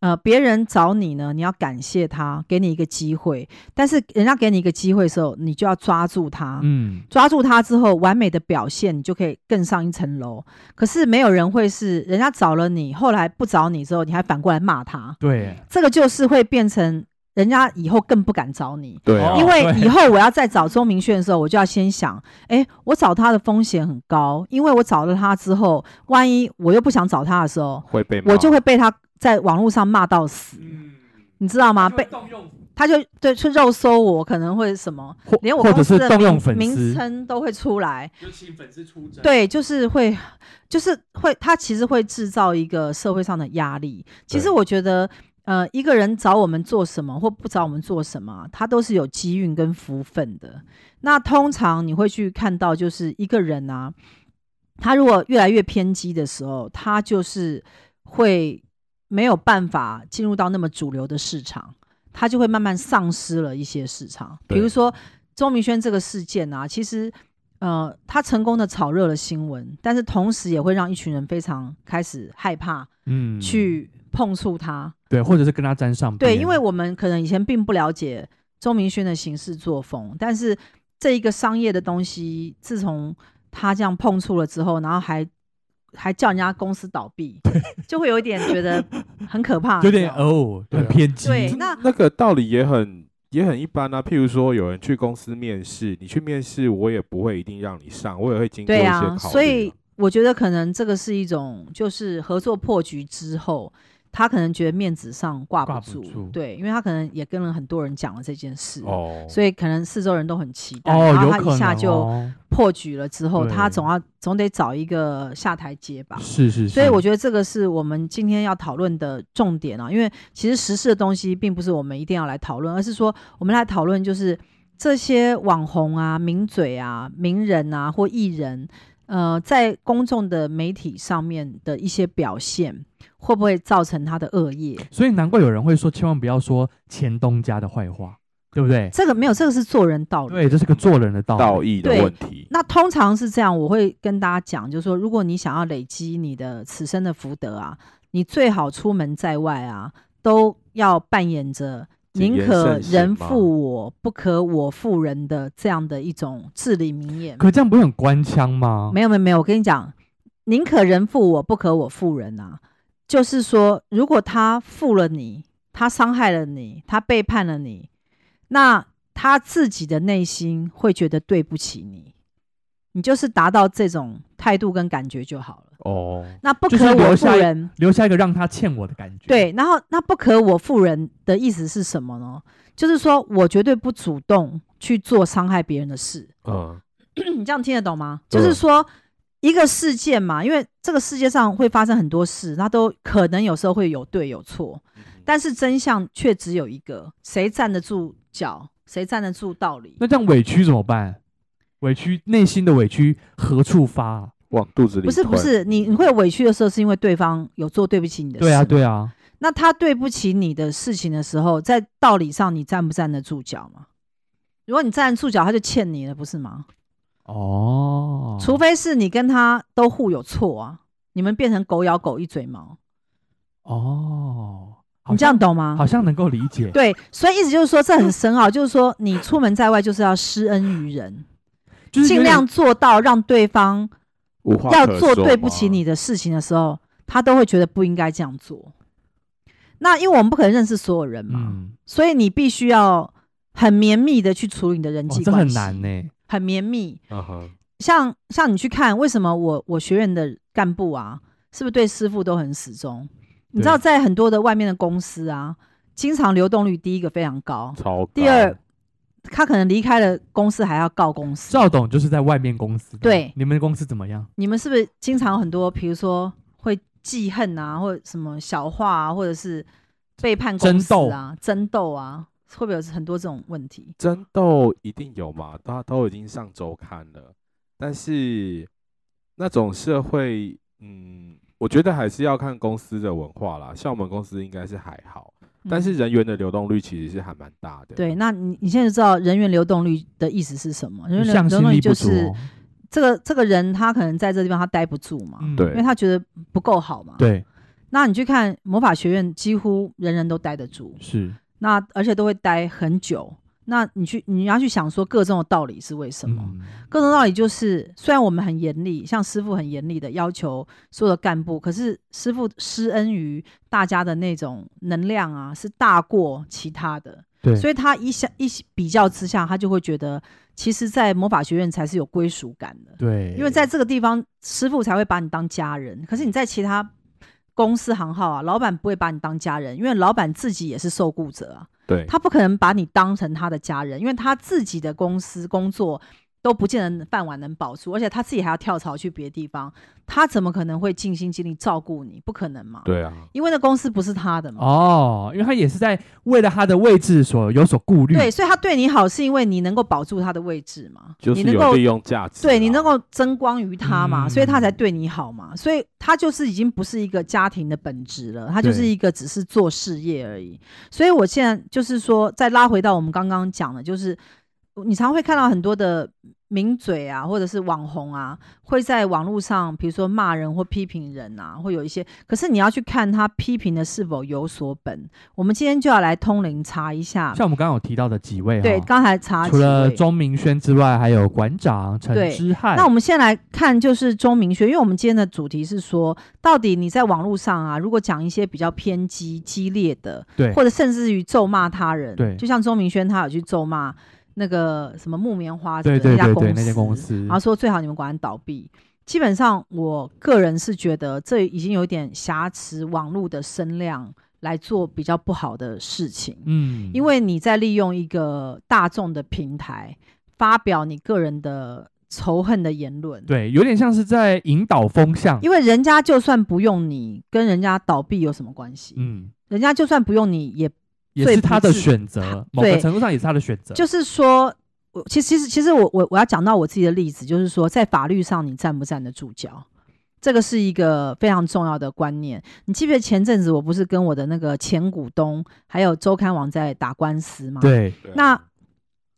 Speaker 1: 呃，别人找你呢，你要感谢他，给你一个机会。但是人家给你一个机会的时候，你就要抓住他。
Speaker 2: 嗯，
Speaker 1: 抓住他之后，完美的表现，你就可以更上一层楼。可是没有人会是人家找了你，后来不找你之后，你还反过来骂他。
Speaker 2: 对，
Speaker 1: 这个就是会变成人家以后更不敢找你。
Speaker 3: 对啊
Speaker 2: 哦
Speaker 1: 因为
Speaker 2: 对
Speaker 1: 以后我要再找钟明轩的时候，我就要先想，哎，我找他的风险很高，因为我找了他之后，万一我又不想找他的时候，
Speaker 3: 会被骂
Speaker 1: 我就会被他在网络上骂到死，
Speaker 2: 嗯，
Speaker 1: 你知道吗？被
Speaker 2: 动用
Speaker 1: 他就对去肉搜我，可能会什么，
Speaker 2: 或
Speaker 1: 连我
Speaker 2: 或者
Speaker 1: 公司
Speaker 2: 是
Speaker 1: 的
Speaker 2: 动用
Speaker 1: 名
Speaker 2: 粉
Speaker 1: 名
Speaker 2: 丝，
Speaker 1: 称都会出来。
Speaker 2: 就请粉丝出征。
Speaker 1: 对，就是会，就是会，他其实会制造一个社会上的压力。其实
Speaker 3: 对
Speaker 1: 我觉得，呃，一个人找我们做什么或不找我们做什么啊，他都是有机运跟福分的。那通常你会去看到，就是一个人啊，他如果越来越偏激的时候，他就是会没有办法进入到那么主流的市场，他就会慢慢丧失了一些市场。比
Speaker 3: 对
Speaker 1: 如说钟明轩这个事件啊，其实呃，他成功的炒热了新闻，但是同时也会让一群人非常开始害怕
Speaker 2: 嗯，
Speaker 1: 去碰触他。
Speaker 2: 对，或者是跟他沾上
Speaker 1: 对，
Speaker 2: 边
Speaker 1: 因为我们可能以前并不了解周明轩的行事作风，但是这一个商业的东西，自从他这样碰触了之后，然后还还叫人家公司倒闭，就会有一点觉得很可怕，
Speaker 2: 有点
Speaker 1: 你知道吗
Speaker 2: 哦，
Speaker 3: 对啊
Speaker 2: 很偏激，
Speaker 1: 对
Speaker 3: 真的
Speaker 1: 那
Speaker 3: 那个道理也很也很一般啊。譬如说，有人去公司面试，你去面试，我也不会一定让你上，我也会经过一
Speaker 1: 对
Speaker 3: 些考虑
Speaker 1: 啊，
Speaker 3: 啊。
Speaker 1: 所以我觉得可能这个是一种，就是合作破局之后，他可能觉得面子上挂
Speaker 2: 挂
Speaker 1: 不
Speaker 2: 不
Speaker 1: 住，
Speaker 2: 住
Speaker 1: 对，因为他可能也跟了很多人讲了这件事，
Speaker 3: 哦，
Speaker 1: 所以可能四周人都很期待，
Speaker 2: 哦，
Speaker 1: 然后
Speaker 2: 有可
Speaker 1: 他
Speaker 2: 能
Speaker 1: 一下就
Speaker 2: 哦
Speaker 1: 破局了之后，
Speaker 2: 对
Speaker 1: 他总要总得找一个下台阶吧。
Speaker 2: 是是是，
Speaker 1: 所以我觉得这个是我们今天要讨论的重点啊，因为其实时事的东西并不是我们一定要来讨论，而是说我们来讨论就是这些网红啊、名嘴啊、名人啊或艺人，呃，在公众的媒体上面的一些表现，会不会造成他的恶业？
Speaker 2: 所以难怪有人会说，千万不要说前东家的坏话，对不对？
Speaker 1: 这个没有，这个是做人道理。
Speaker 2: 对，这是个做人的道理。
Speaker 3: 道义的
Speaker 1: 对啊
Speaker 3: 问题，
Speaker 1: 那通常是这样，我会跟大家讲，就是说，如果你想要累积你的此生的福德啊，你最好出门在外啊，都要扮演着
Speaker 3: 谨
Speaker 1: 宁
Speaker 3: 言
Speaker 1: 可
Speaker 3: 慎行
Speaker 1: 人
Speaker 3: 嘛
Speaker 1: 负我，不可我负人的这样的一种至理名言。
Speaker 2: 可这样不是很官腔吗？
Speaker 1: 没有没有没有，我跟你讲，宁可人负我，不可我负人啊。就是说，如果他负了你，他伤害了你，他背叛了你，那他自己的内心会觉得对不起你。你就是达到这种态度跟感觉就好了。
Speaker 3: 哦，
Speaker 1: 那不
Speaker 2: 就是
Speaker 1: 可我
Speaker 2: 留
Speaker 1: 负
Speaker 2: 下一
Speaker 1: 人，
Speaker 2: 留下一个让他欠我的感觉。
Speaker 1: 对，然后那不可我负人的意思是什么呢？就是说我绝对不主动去做伤害别人的事。
Speaker 3: 嗯，
Speaker 1: 你这样听得懂吗？
Speaker 2: 啊
Speaker 3: 对
Speaker 1: 就是说一个事件嘛，因为这个世界上会发生很多事，那都可能有时候会有对有错，
Speaker 3: 嗯
Speaker 1: 但是真相却只有一个，谁站得住脚，谁站得住道理
Speaker 2: 那。这样委屈怎么办？委屈内心的委屈何处发、啊？
Speaker 3: 往肚子里
Speaker 1: 不是不
Speaker 3: 吞
Speaker 1: 是，你你会委屈的时候，是因为对方有做对不起你的事。
Speaker 2: 对啊，。对啊，
Speaker 1: 那他对不起你的事情的时候，在道理上你站不站得住脚嘛？如果你站得住脚，他就欠你了，不是吗？
Speaker 2: 哦，
Speaker 1: 除非是你跟他都互有错啊，你们变成狗咬狗一嘴毛，
Speaker 2: 哦，好
Speaker 1: 你这样
Speaker 2: 像
Speaker 1: 懂吗？
Speaker 2: 好像能够理解。
Speaker 1: 对，所以意思就是说，这很深奥，就是说你出门在外就是要施恩于人，
Speaker 2: 嗯就是有
Speaker 1: 尽
Speaker 2: 点
Speaker 1: 量做到让对方
Speaker 3: 无话
Speaker 1: 要
Speaker 3: 可
Speaker 1: 做
Speaker 3: 说
Speaker 1: 对不起
Speaker 3: 嘛
Speaker 1: 你，的事情的时候，他都会觉得不应该这样做。那因为我们不可能认识所有人嘛，
Speaker 2: 嗯，
Speaker 1: 所以你必须要很绵密的去处理你的人
Speaker 2: 哦
Speaker 1: 际
Speaker 2: 这
Speaker 1: 关
Speaker 2: 很
Speaker 1: 系，
Speaker 2: 难呢、
Speaker 1: 很绵密。
Speaker 3: 嗯哼，
Speaker 1: 像像你去看，为什么我我学院的干部啊，是不是对师傅都很始终？你知道，
Speaker 2: 对
Speaker 1: 在很多的外面的公司啊，经常流动率第一个非常高，
Speaker 3: 超高。
Speaker 1: 第二，他可能离开了公司还要告公司。
Speaker 2: 赵董就是在外面公司的，
Speaker 1: 对
Speaker 2: 你们公司怎么样？
Speaker 1: 你们是不是经常有很多，比如说会记恨啊，或者什么小话啊，或者是背叛公司啊、争斗啊，会不会有很多这种问题？
Speaker 3: 争斗一定有嘛，大家都已经上周刊了，但是那种社会，嗯，我觉得还是要看公司的文化啦。像我们公司应该是还好，但是
Speaker 1: 嗯、
Speaker 3: 人员的流动率其实是还蛮大的。
Speaker 1: 对，，那你你现在就知道人员流动率的意思是什么？人员流
Speaker 2: 嗯向
Speaker 1: 流
Speaker 2: 心
Speaker 1: 动率
Speaker 2: 力
Speaker 1: 就
Speaker 2: 不足、
Speaker 1: 是啊
Speaker 2: 哦。
Speaker 1: 这个这个人他可能在这地方他待不住嘛，
Speaker 2: 嗯
Speaker 1: 因
Speaker 3: 对
Speaker 1: 为他觉得不够好嘛。，
Speaker 2: 对
Speaker 1: 那你去看魔法学院，几乎人人都待得住。
Speaker 2: 是，
Speaker 1: 那而且都会待很久。那你去你要去想说各种的道理是为什么？
Speaker 2: 嗯
Speaker 1: 各种道理就是，虽然我们很严厉，像师傅很严厉的要求所有的干部，可是师傅施恩于大家的那种能量啊，是大过其他的。
Speaker 2: 对，
Speaker 1: 所以他一想一比较之下，他就会觉得，其实，在魔法学院才是有归属感的。
Speaker 2: 对，
Speaker 3: 嗯
Speaker 1: 因为在这个地方，师傅才会把你当家人。可是你在其他公司行号啊，老板不会把你当家人，因为老板自己也是受雇者啊，
Speaker 3: 对，
Speaker 1: 他不可能把你当成他的家人，因为他自己的公司工作都不见得饭碗能保住，而且他自己还要跳槽去别地方，他怎么可能会尽心尽力照顾你？不可能嘛，
Speaker 3: 对啊，
Speaker 1: 因为那公司不是他的嘛。
Speaker 2: 哦，因为他也是在为了他的位置所有所顾虑，
Speaker 1: 对，所以他对你好，是因为你能够保住他的位置嘛？
Speaker 3: 就是
Speaker 1: 你能
Speaker 3: 有
Speaker 1: 够
Speaker 3: 利用价值啦。啊
Speaker 1: 对你能够争光于他嘛，
Speaker 2: 嗯
Speaker 1: 所以他才对你好嘛，所以他就是已经不是一个家庭的本质了，他就是
Speaker 2: 对
Speaker 1: 一个只是做事业而已。所以我现在就是说，再拉回到我们刚刚讲的，就是你常会看到很多的名嘴啊，或者是网红啊，会在网络上，比如说骂人或批评人啊，会有一些。可是你要去看他批评的是否有所本。我们今天就要来通灵查一下，
Speaker 2: 像我们刚刚有提到的几位哈，
Speaker 1: 对，刚才查
Speaker 2: 除
Speaker 1: 几
Speaker 2: 了
Speaker 1: 位
Speaker 2: 钟明轩之外，还有馆长陈
Speaker 1: 对
Speaker 2: 之汉。
Speaker 1: 那我们先来看，就是钟明轩，因为我们今天的主题是说，到底你在网络上啊，如果讲一些比较偏激、激烈的，
Speaker 2: 对
Speaker 1: 或者甚至于咒骂他人，
Speaker 2: 对
Speaker 1: 就像钟明轩他有去咒骂那个什么木棉花
Speaker 2: 对
Speaker 1: 的
Speaker 2: 对
Speaker 1: 家
Speaker 2: 对
Speaker 1: 公
Speaker 2: 对，
Speaker 1: 司，
Speaker 2: 那间公司
Speaker 1: 然后说最好你们管倒闭。基本上，我个人是觉得这已经有点挟持网络的声量来做比较不好的事情。
Speaker 2: 嗯，
Speaker 1: 因为你在利用一个大众的平台发表你个人的仇恨的言论。
Speaker 2: 对，有点像是在引导风向。
Speaker 1: 因为人家就算不用你，跟人家倒闭有什么关系？
Speaker 2: 嗯，
Speaker 1: 人家就算不用你，也
Speaker 2: 也
Speaker 1: 最
Speaker 2: 是
Speaker 1: 不
Speaker 2: 他的
Speaker 1: 智
Speaker 2: 选择，某个
Speaker 1: 对
Speaker 2: 程度上也是他的选择。
Speaker 1: 就是说，我其实其实其实我我我要讲到我自己的例子，就是说在法律上你站不站得住脚，这个是一个非常重要的观念。你记不记得前阵子我不是跟我的那个前股东还有周刊网在打官司吗？
Speaker 2: 对，
Speaker 3: 对啊
Speaker 1: 那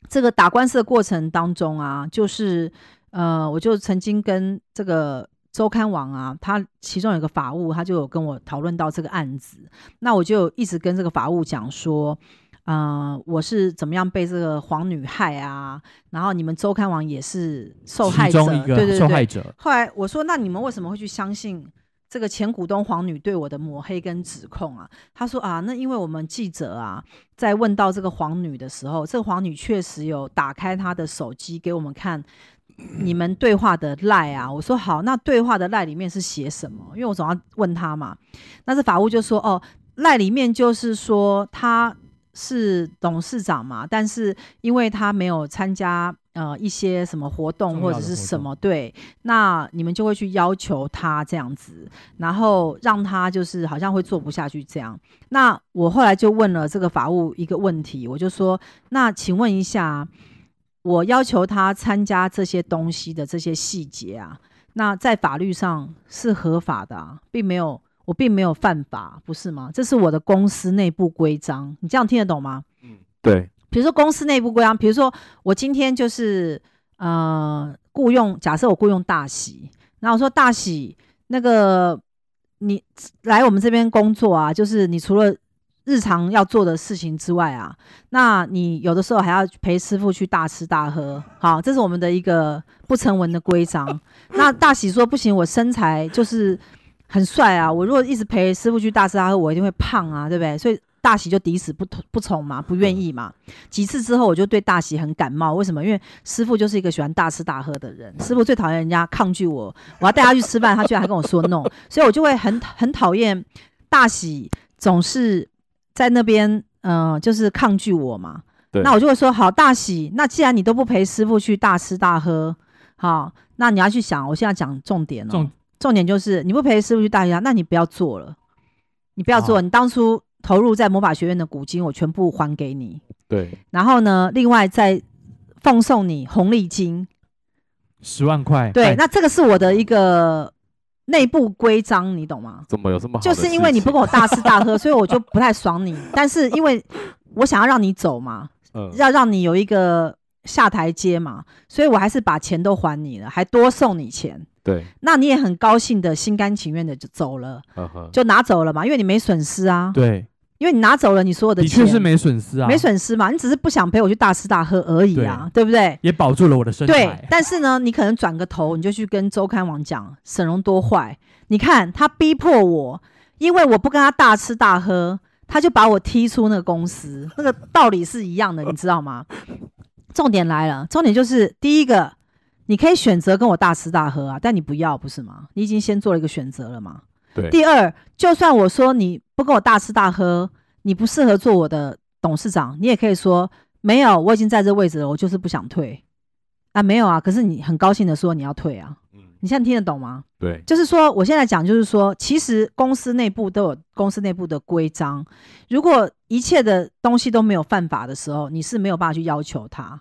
Speaker 1: 这个打官司的过程当中啊，就是呃，我就曾经跟这个周刊网啊，他其中有一个法务，他就有跟我讨论到这个案子，那我就一直跟这个法务讲说。啊、我是怎么样被这个黄女害啊？然后你们周刊网也是受害
Speaker 2: 其
Speaker 1: 者，
Speaker 2: 中一
Speaker 1: 对
Speaker 2: 个
Speaker 1: 对对，
Speaker 2: 受害者，
Speaker 1: 后来我说，那你们为什么会去相信这个前股东黄女对我的抹黑跟指控啊？他说啊，那因为我们记者啊，在问到这个黄女的时候，这个黄女确实有打开她的手机给我们看。你们对话的赖
Speaker 2: 嗯
Speaker 1: 啊，我说好，那对话的赖里面是写什么？因为我总要问他嘛。但是法务就说，哦，赖里面就是说他是董事长嘛，但是因为他没有参加呃一些什么活动
Speaker 2: 重
Speaker 1: 或者
Speaker 2: 要的
Speaker 1: 是
Speaker 2: 活
Speaker 1: 什
Speaker 2: 动
Speaker 1: 么，对，那你们就会去要求他这样子，然后让他就是好像会做不下去这样。那我后来就问了这个法务一个问题，我就说，那请问一下，我要求他参加这些东西的这些细节啊，那在法律上是合法的、啊，并没有。我并没有犯法，不是吗？这是我的公司内部规章，你这样听得懂吗？
Speaker 3: 嗯，对，
Speaker 1: 比如说公司内部规章，比如说我今天就是呃雇佣，假设我雇佣大喜，然后我说大喜那个你来我们这边工作啊，就是你除了日常要做的事情之外啊，那你有的时候还要陪师傅去大吃大喝，好，这是我们的一个不成文的规章。那大喜说不行，我身材就是很帅啊，我如果一直陪师傅去大吃大喝，我一定会胖啊，对不对？所以大喜就抵死不不从嘛，不愿意嘛。几次之后，我就对大喜很感冒。为什么？因为师傅就是一个喜欢大吃大喝的人，师傅最讨厌人家抗拒我，我要带他去吃饭，他居然还跟我说 no，所以我就会很很讨厌大喜总是在那边呃，就是抗拒我嘛。
Speaker 3: 对
Speaker 1: 那我就会说好，大喜，那既然你都不陪师傅去大吃大喝，好，那你要去想，我现在讲重点哦，
Speaker 2: 重
Speaker 1: 重点就是你不陪师傅去大学，那你不要做了，你不要做，
Speaker 2: 哦
Speaker 1: 你当初投入在魔法学院的古今，我全部还给你。
Speaker 3: 对，
Speaker 1: 然后呢，另外再奉送你红利金，
Speaker 2: 十万块。
Speaker 1: 对，
Speaker 2: 哎
Speaker 1: 那这个是我的一个内部规章，你懂吗？
Speaker 3: 怎么有这么好的
Speaker 1: 就
Speaker 3: 事情？
Speaker 1: 是因为你不跟我大吃大喝，所以我就不太爽你。但是因为我想要让你走嘛，
Speaker 3: 嗯，
Speaker 1: 要让你有一个下台阶嘛，所以我还是把钱都还你了，还多送你钱。
Speaker 3: 对，
Speaker 1: 那你也很高兴的，心甘情愿的就走了。
Speaker 3: 嗯哼，
Speaker 1: 就拿走了嘛，因为你没损失啊，
Speaker 2: 对，
Speaker 1: 因为你拿走了你所有的
Speaker 2: 的
Speaker 1: 钱，
Speaker 2: 确是没损失啊，
Speaker 1: 没，损失嘛，你只是不想陪我去大吃大喝而已啊，对不对？
Speaker 2: 也保住了我的身
Speaker 1: 对
Speaker 2: 材，。
Speaker 1: 但是呢，你可能转个头，你就去跟周刊网讲沈荣多坏，你看他逼迫我，因为我不跟他大吃大喝，他就把我踢出那个公司，那个道理是一样的，你知道吗？重点来了，重点就是第一个，你可以选择跟我大吃大喝啊，但你不要，不是吗？你已经先做了一个选择了嘛。
Speaker 3: 对
Speaker 1: 第二，就算我说你不跟我大吃大喝，你不适合做我的董事长，你也可以说没有，我已经在这位置了，我就是不想退啊，没有啊。可是你很高兴的说你要退啊，
Speaker 3: 嗯，
Speaker 1: 你现在听得懂吗？
Speaker 3: 对，
Speaker 1: 就是说，我现在讲就是说，其实公司内部都有公司内部的规章，如果一切的东西都没有犯法的时候，你是没有办法去要求他。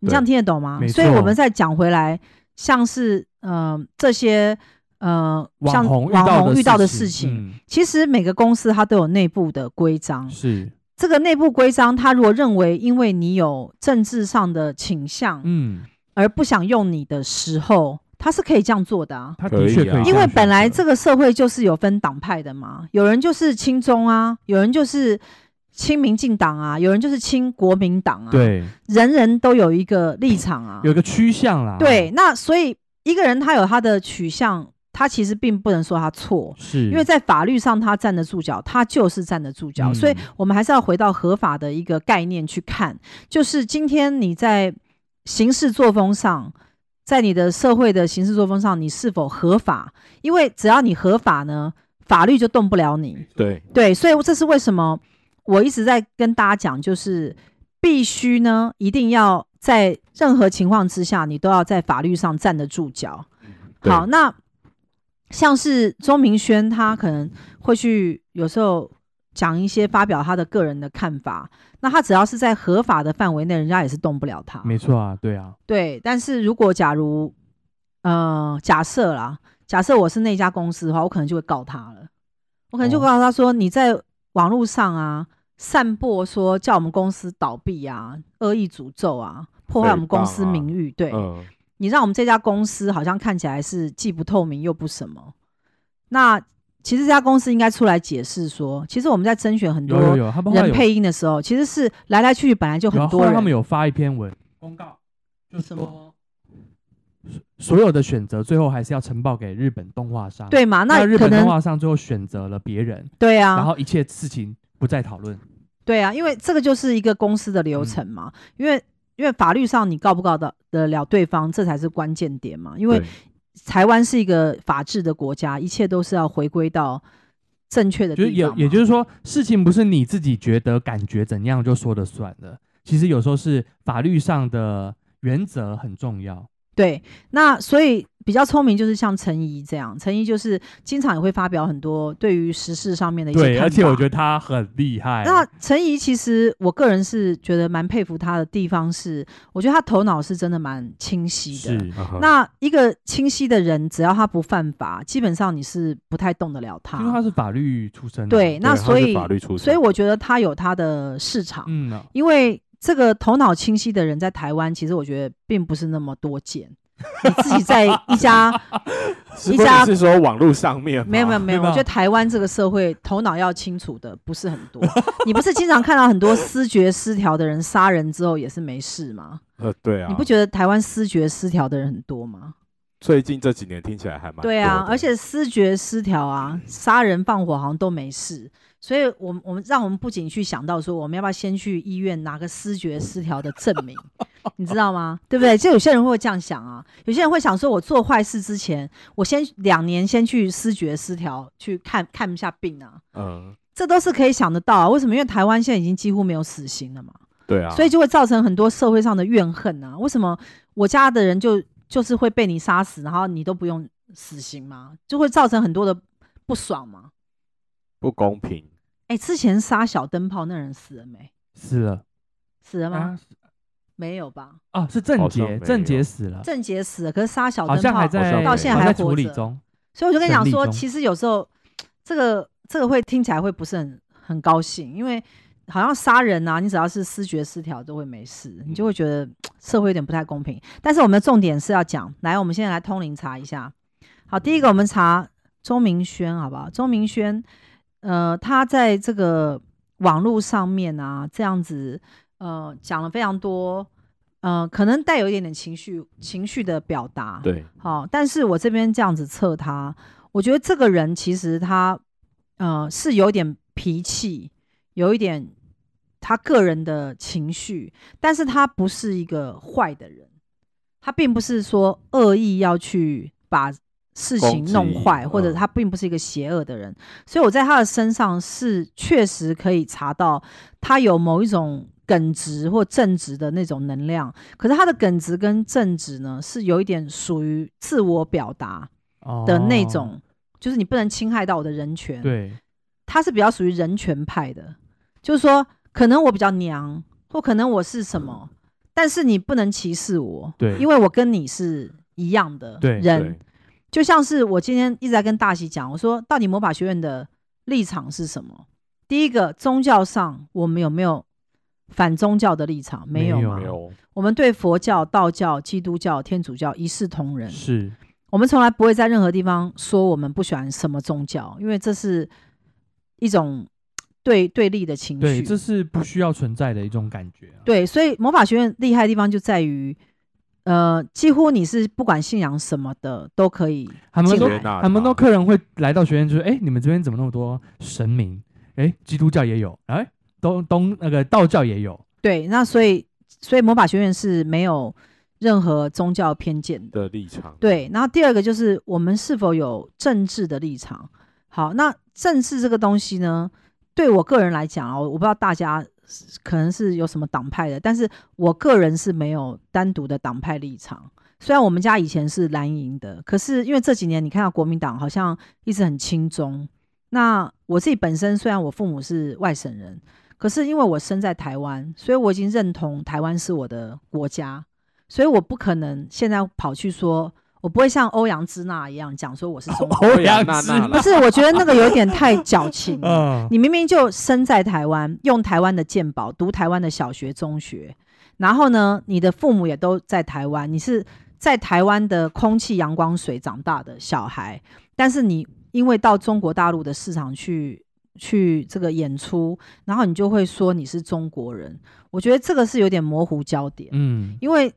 Speaker 1: 你这样
Speaker 3: 对
Speaker 1: 听得懂吗？
Speaker 2: 没
Speaker 1: 所以
Speaker 2: 错
Speaker 1: 我们再讲回来，像是呃这些呃像
Speaker 2: 网红
Speaker 1: 网红遇到的
Speaker 2: 事
Speaker 1: 事情，嗯
Speaker 2: 嗯
Speaker 1: 其实每个公司它都有内部的规章，
Speaker 2: 是，
Speaker 1: 这个内部规章，他如果认为因为你有政治上的倾向，
Speaker 2: 嗯，
Speaker 1: 而不想用你的时候，他是可以这样做的啊。
Speaker 2: 他
Speaker 3: 可
Speaker 2: 的
Speaker 3: 以
Speaker 2: 确可以
Speaker 3: 啊
Speaker 2: 样
Speaker 1: 因为
Speaker 2: 选
Speaker 1: 本来
Speaker 2: 择
Speaker 1: 这个社会就是有分党派的嘛，有人就是亲中啊，有人就是亲民进党啊，有人就是亲国民党啊，，
Speaker 2: 对
Speaker 1: 人人都有一个立场啊，
Speaker 2: 有一个趋向啦，
Speaker 1: 对，，那所以一个人他有他的取向，他其实并不能说他错，
Speaker 2: 是
Speaker 1: 因为在法律上他站得住脚，他就是站得住脚，所以
Speaker 2: 嗯
Speaker 1: 我们还是要回到合法的一个概念去看，就是今天你在行事作风上。在你的社会的行事作风上，你是否合法？因为只要你合法呢，法律就动不了你。
Speaker 3: 对，
Speaker 1: 对，所以这是为什么我一直在跟大家讲，就是必须呢，一定要在任何情况之下，你都要在法律上站得住脚。
Speaker 3: 对嗯
Speaker 1: 好，那像是钟明轩，他可能会去有时候讲一些发表他的个人的看法，那他只要是在合法的范围内，人家也是动不了他。
Speaker 2: 没错啊，对啊，
Speaker 1: 对，但是如果假如呃假设啦，假设我是那家公司的话，我可能就会告他了，我可能就
Speaker 2: 哦
Speaker 1: 告他说、你在网络上啊散播说叫我们公司倒闭啊，恶意诅咒啊，破坏我们
Speaker 3: 诽谤
Speaker 1: 公司
Speaker 3: 啊
Speaker 1: 名誉，对、
Speaker 3: 嗯，
Speaker 1: 你让我们这家公司好像看起来是既不透明又不什么，那。其实这家公司应该出来解释说，其实我们在甄选很
Speaker 2: 有有
Speaker 1: 多
Speaker 2: 有，他们后来
Speaker 1: 人
Speaker 2: 有
Speaker 1: 配音的时候，其实是来来去去本来就
Speaker 2: 有
Speaker 1: 很
Speaker 2: 啊
Speaker 1: 多
Speaker 2: 后来
Speaker 1: 人。
Speaker 2: 他们有发一篇文公告，就
Speaker 1: 什
Speaker 2: 说所有的选择最后还是要呈报给日本动画商，，
Speaker 1: 对嘛？那
Speaker 2: 那日
Speaker 1: 可
Speaker 2: 本动
Speaker 1: 能
Speaker 2: 画商最后选择了别人，
Speaker 1: 对啊，
Speaker 2: 然后一切事情不再讨论，
Speaker 1: 对啊，因为这个就是一个公司的流
Speaker 2: 嗯
Speaker 1: 程嘛，因为因为法律上你告不告得得了对方，这才是关键点嘛。因为
Speaker 3: 对
Speaker 1: 台湾是一个法治的国家，一切都是要回归到正确的地
Speaker 2: 就是
Speaker 1: 方
Speaker 2: 也
Speaker 1: 嘛。
Speaker 2: 也就是说，事情不是你自己觉得感觉怎样就说了算的，其实有时候是法律上的原则很重要，
Speaker 1: 对，那所以比较聪明就是像陈怡这样，陈怡就是经常也会发表很多对于时事上面的一些看
Speaker 2: 对，
Speaker 1: 法。
Speaker 2: 而且我觉得他很厉害，
Speaker 1: 那陈怡其实我个人是觉得蛮佩服他的地方是，我觉得他头脑是真的蛮清晰的。
Speaker 2: 是
Speaker 3: 嗯哼
Speaker 1: 那一个清晰的人，只要他不犯法，基本上你是不太动得了
Speaker 2: 因为他
Speaker 1: 他。
Speaker 2: 是法律出身的，
Speaker 1: 对，那
Speaker 3: 对他
Speaker 1: 所
Speaker 3: 是
Speaker 1: 以
Speaker 3: 法律出
Speaker 1: 所以
Speaker 3: 身
Speaker 1: 我觉得他有他的市场，
Speaker 2: 嗯啊，
Speaker 1: 因为这个头脑清晰的人在台湾，其实我觉得并不是那么多见。你自己在一家
Speaker 3: 是
Speaker 1: 一
Speaker 3: 不是
Speaker 1: 家
Speaker 3: 是说网络上面吗
Speaker 1: 没有没有没有，
Speaker 2: 对吧
Speaker 1: 我觉得台湾这个社会头脑要清楚的不是很多。 你不是经常看到很多思觉失调的人杀人之后也是没事吗？
Speaker 3: 呃对啊，
Speaker 1: 你不觉得台湾思觉失调的人很多吗？
Speaker 3: 最近这几年听起来还蛮
Speaker 1: 对啊
Speaker 3: 多，的嗯
Speaker 1: 而且视觉失调啊，杀人放火好像都没事，所以我们我们让我们不仅去想到说，我们要不要先去医院拿个视觉失调的证 明，你知道吗？对不对？就有些人会这样想啊，有些人会想说，我做坏事之前，我先两年先去视觉失调去看看一下病啊，
Speaker 3: 嗯
Speaker 1: 这都是可以想得到啊。为什么？因为台湾现在已经几乎没有死刑了嘛。
Speaker 3: 对啊，
Speaker 1: 所以就会造成很多社会上的怨恨啊。为什么我家的人就就是会被你杀死，然后你都不用死刑吗？就会造成很多的不爽嘛。
Speaker 3: 不公平。
Speaker 1: 哎，之前杀小灯泡那人死了没？
Speaker 2: 死了
Speaker 1: 死了吗？
Speaker 2: 啊
Speaker 1: 没有吧？
Speaker 2: 啊，是郑
Speaker 3: 好像
Speaker 2: 杰，
Speaker 3: 没
Speaker 2: 郑杰
Speaker 3: 有
Speaker 2: 死了，
Speaker 1: 郑杰死了，可是杀小
Speaker 2: 好
Speaker 1: 灯
Speaker 2: 像
Speaker 1: 泡
Speaker 2: 还在
Speaker 3: 到现在
Speaker 2: 好
Speaker 1: 还
Speaker 2: 在
Speaker 1: 活
Speaker 2: 处理
Speaker 1: 着
Speaker 2: 中，
Speaker 1: 所以我就跟你讲
Speaker 2: 胜利
Speaker 1: 说，
Speaker 2: 中
Speaker 1: 其实有时候这个这个会听起来会不是很很高兴，因为好像杀人啊，你只要是视觉失调都会没事，你就
Speaker 2: 嗯
Speaker 1: 会觉得社会有点不太公平。但是我们的重点是要讲，来，我们现在来通灵查一下。好，第一个我们查钟明轩，好不好？钟明轩，呃，他在这个网络上面啊，这样子，呃，讲了非常多，呃，可能带有一点点情绪情绪的表达，
Speaker 3: 对，
Speaker 1: 好、但是我这边这样子测他，我觉得这个人其实他呃是有点脾气，有一点他个人的情绪，但是他不是一个坏的人，他并不是说恶意要去把事
Speaker 3: 攻
Speaker 1: 情弄
Speaker 3: 击
Speaker 1: 坏，或者
Speaker 3: 嗯
Speaker 1: 他并不是一个邪恶的人，所以我在他的身上是确实可以查到他有某一种。耿直或正直的那种能量，可是他的耿直跟正直呢，是有一点属于自我表达的那
Speaker 2: 哦
Speaker 1: 种，就是你不能侵害到我的人权。，
Speaker 2: 对，
Speaker 1: 他是比较属于人权派的，就是说，可能我比较娘，或可能我是什么，但是你不能歧视我，
Speaker 2: 嗯对
Speaker 1: 因为我跟你是一样的
Speaker 2: 对
Speaker 1: 人
Speaker 3: 对。
Speaker 1: 就像是我今天一直在跟大喜讲，我说到底魔法学院的立场是什么？第一个，宗教上我们有没有反宗教的立场，没有
Speaker 2: 没有
Speaker 1: 吗？
Speaker 3: 没有，
Speaker 1: 我们对佛教、道教、基督教、天主教一视同仁，
Speaker 2: 是
Speaker 1: 我们从来不会在任何地方说我们不喜欢什么宗教，因为这是一种对对立的情
Speaker 2: 对，
Speaker 1: 绪。
Speaker 2: 这是不需要存在的一种感觉啊、
Speaker 1: 对，所以魔法学院厉害的地方就在于，呃，几乎你是不管信仰什么的都可以
Speaker 2: 他们
Speaker 1: 进
Speaker 2: 都
Speaker 1: 来
Speaker 3: 纳
Speaker 2: 他们
Speaker 3: 他
Speaker 2: 都客人会来到学院，就是哎、诶你们这边怎么那么多神明？哎、基督教也有，哎、东东那个道教也有，
Speaker 1: 对。那所以，所以魔法学院是没有任何宗教偏见的。
Speaker 3: 的立场，
Speaker 1: 对，然后第二个就是我们是否有政治的立场。好，那政治这个东西呢，对我个人来讲啊，我不知道大家是可能是有什么党派的，但是我个人是没有单独的党派立场。虽然我们家以前是蓝营的，可是因为这几年你看到国民党好像一直很亲中。那我自己本身虽然我父母是外省人，可是因为我生在台湾，所以我已经认同台湾是我的国家，所以我不可能现在跑去说，我不会像欧阳之娜一样讲说我是中国人。
Speaker 3: 欧阳
Speaker 2: 娜娜
Speaker 3: 娜娜
Speaker 1: 不
Speaker 3: 啦，
Speaker 1: 是，我觉得那个有点太矫情了。
Speaker 2: 嗯，
Speaker 1: 你明明就生在台湾，用台湾的健保，读台湾的小学、中学，然后呢，你的父母也都在台湾，你是在台湾的空气、阳光、水长大的小孩，但是你因为到中国大陆的市场去去这个演出，然后你就会说你是中国人，我觉得这个是有点模糊焦点。
Speaker 2: 嗯，
Speaker 1: 因为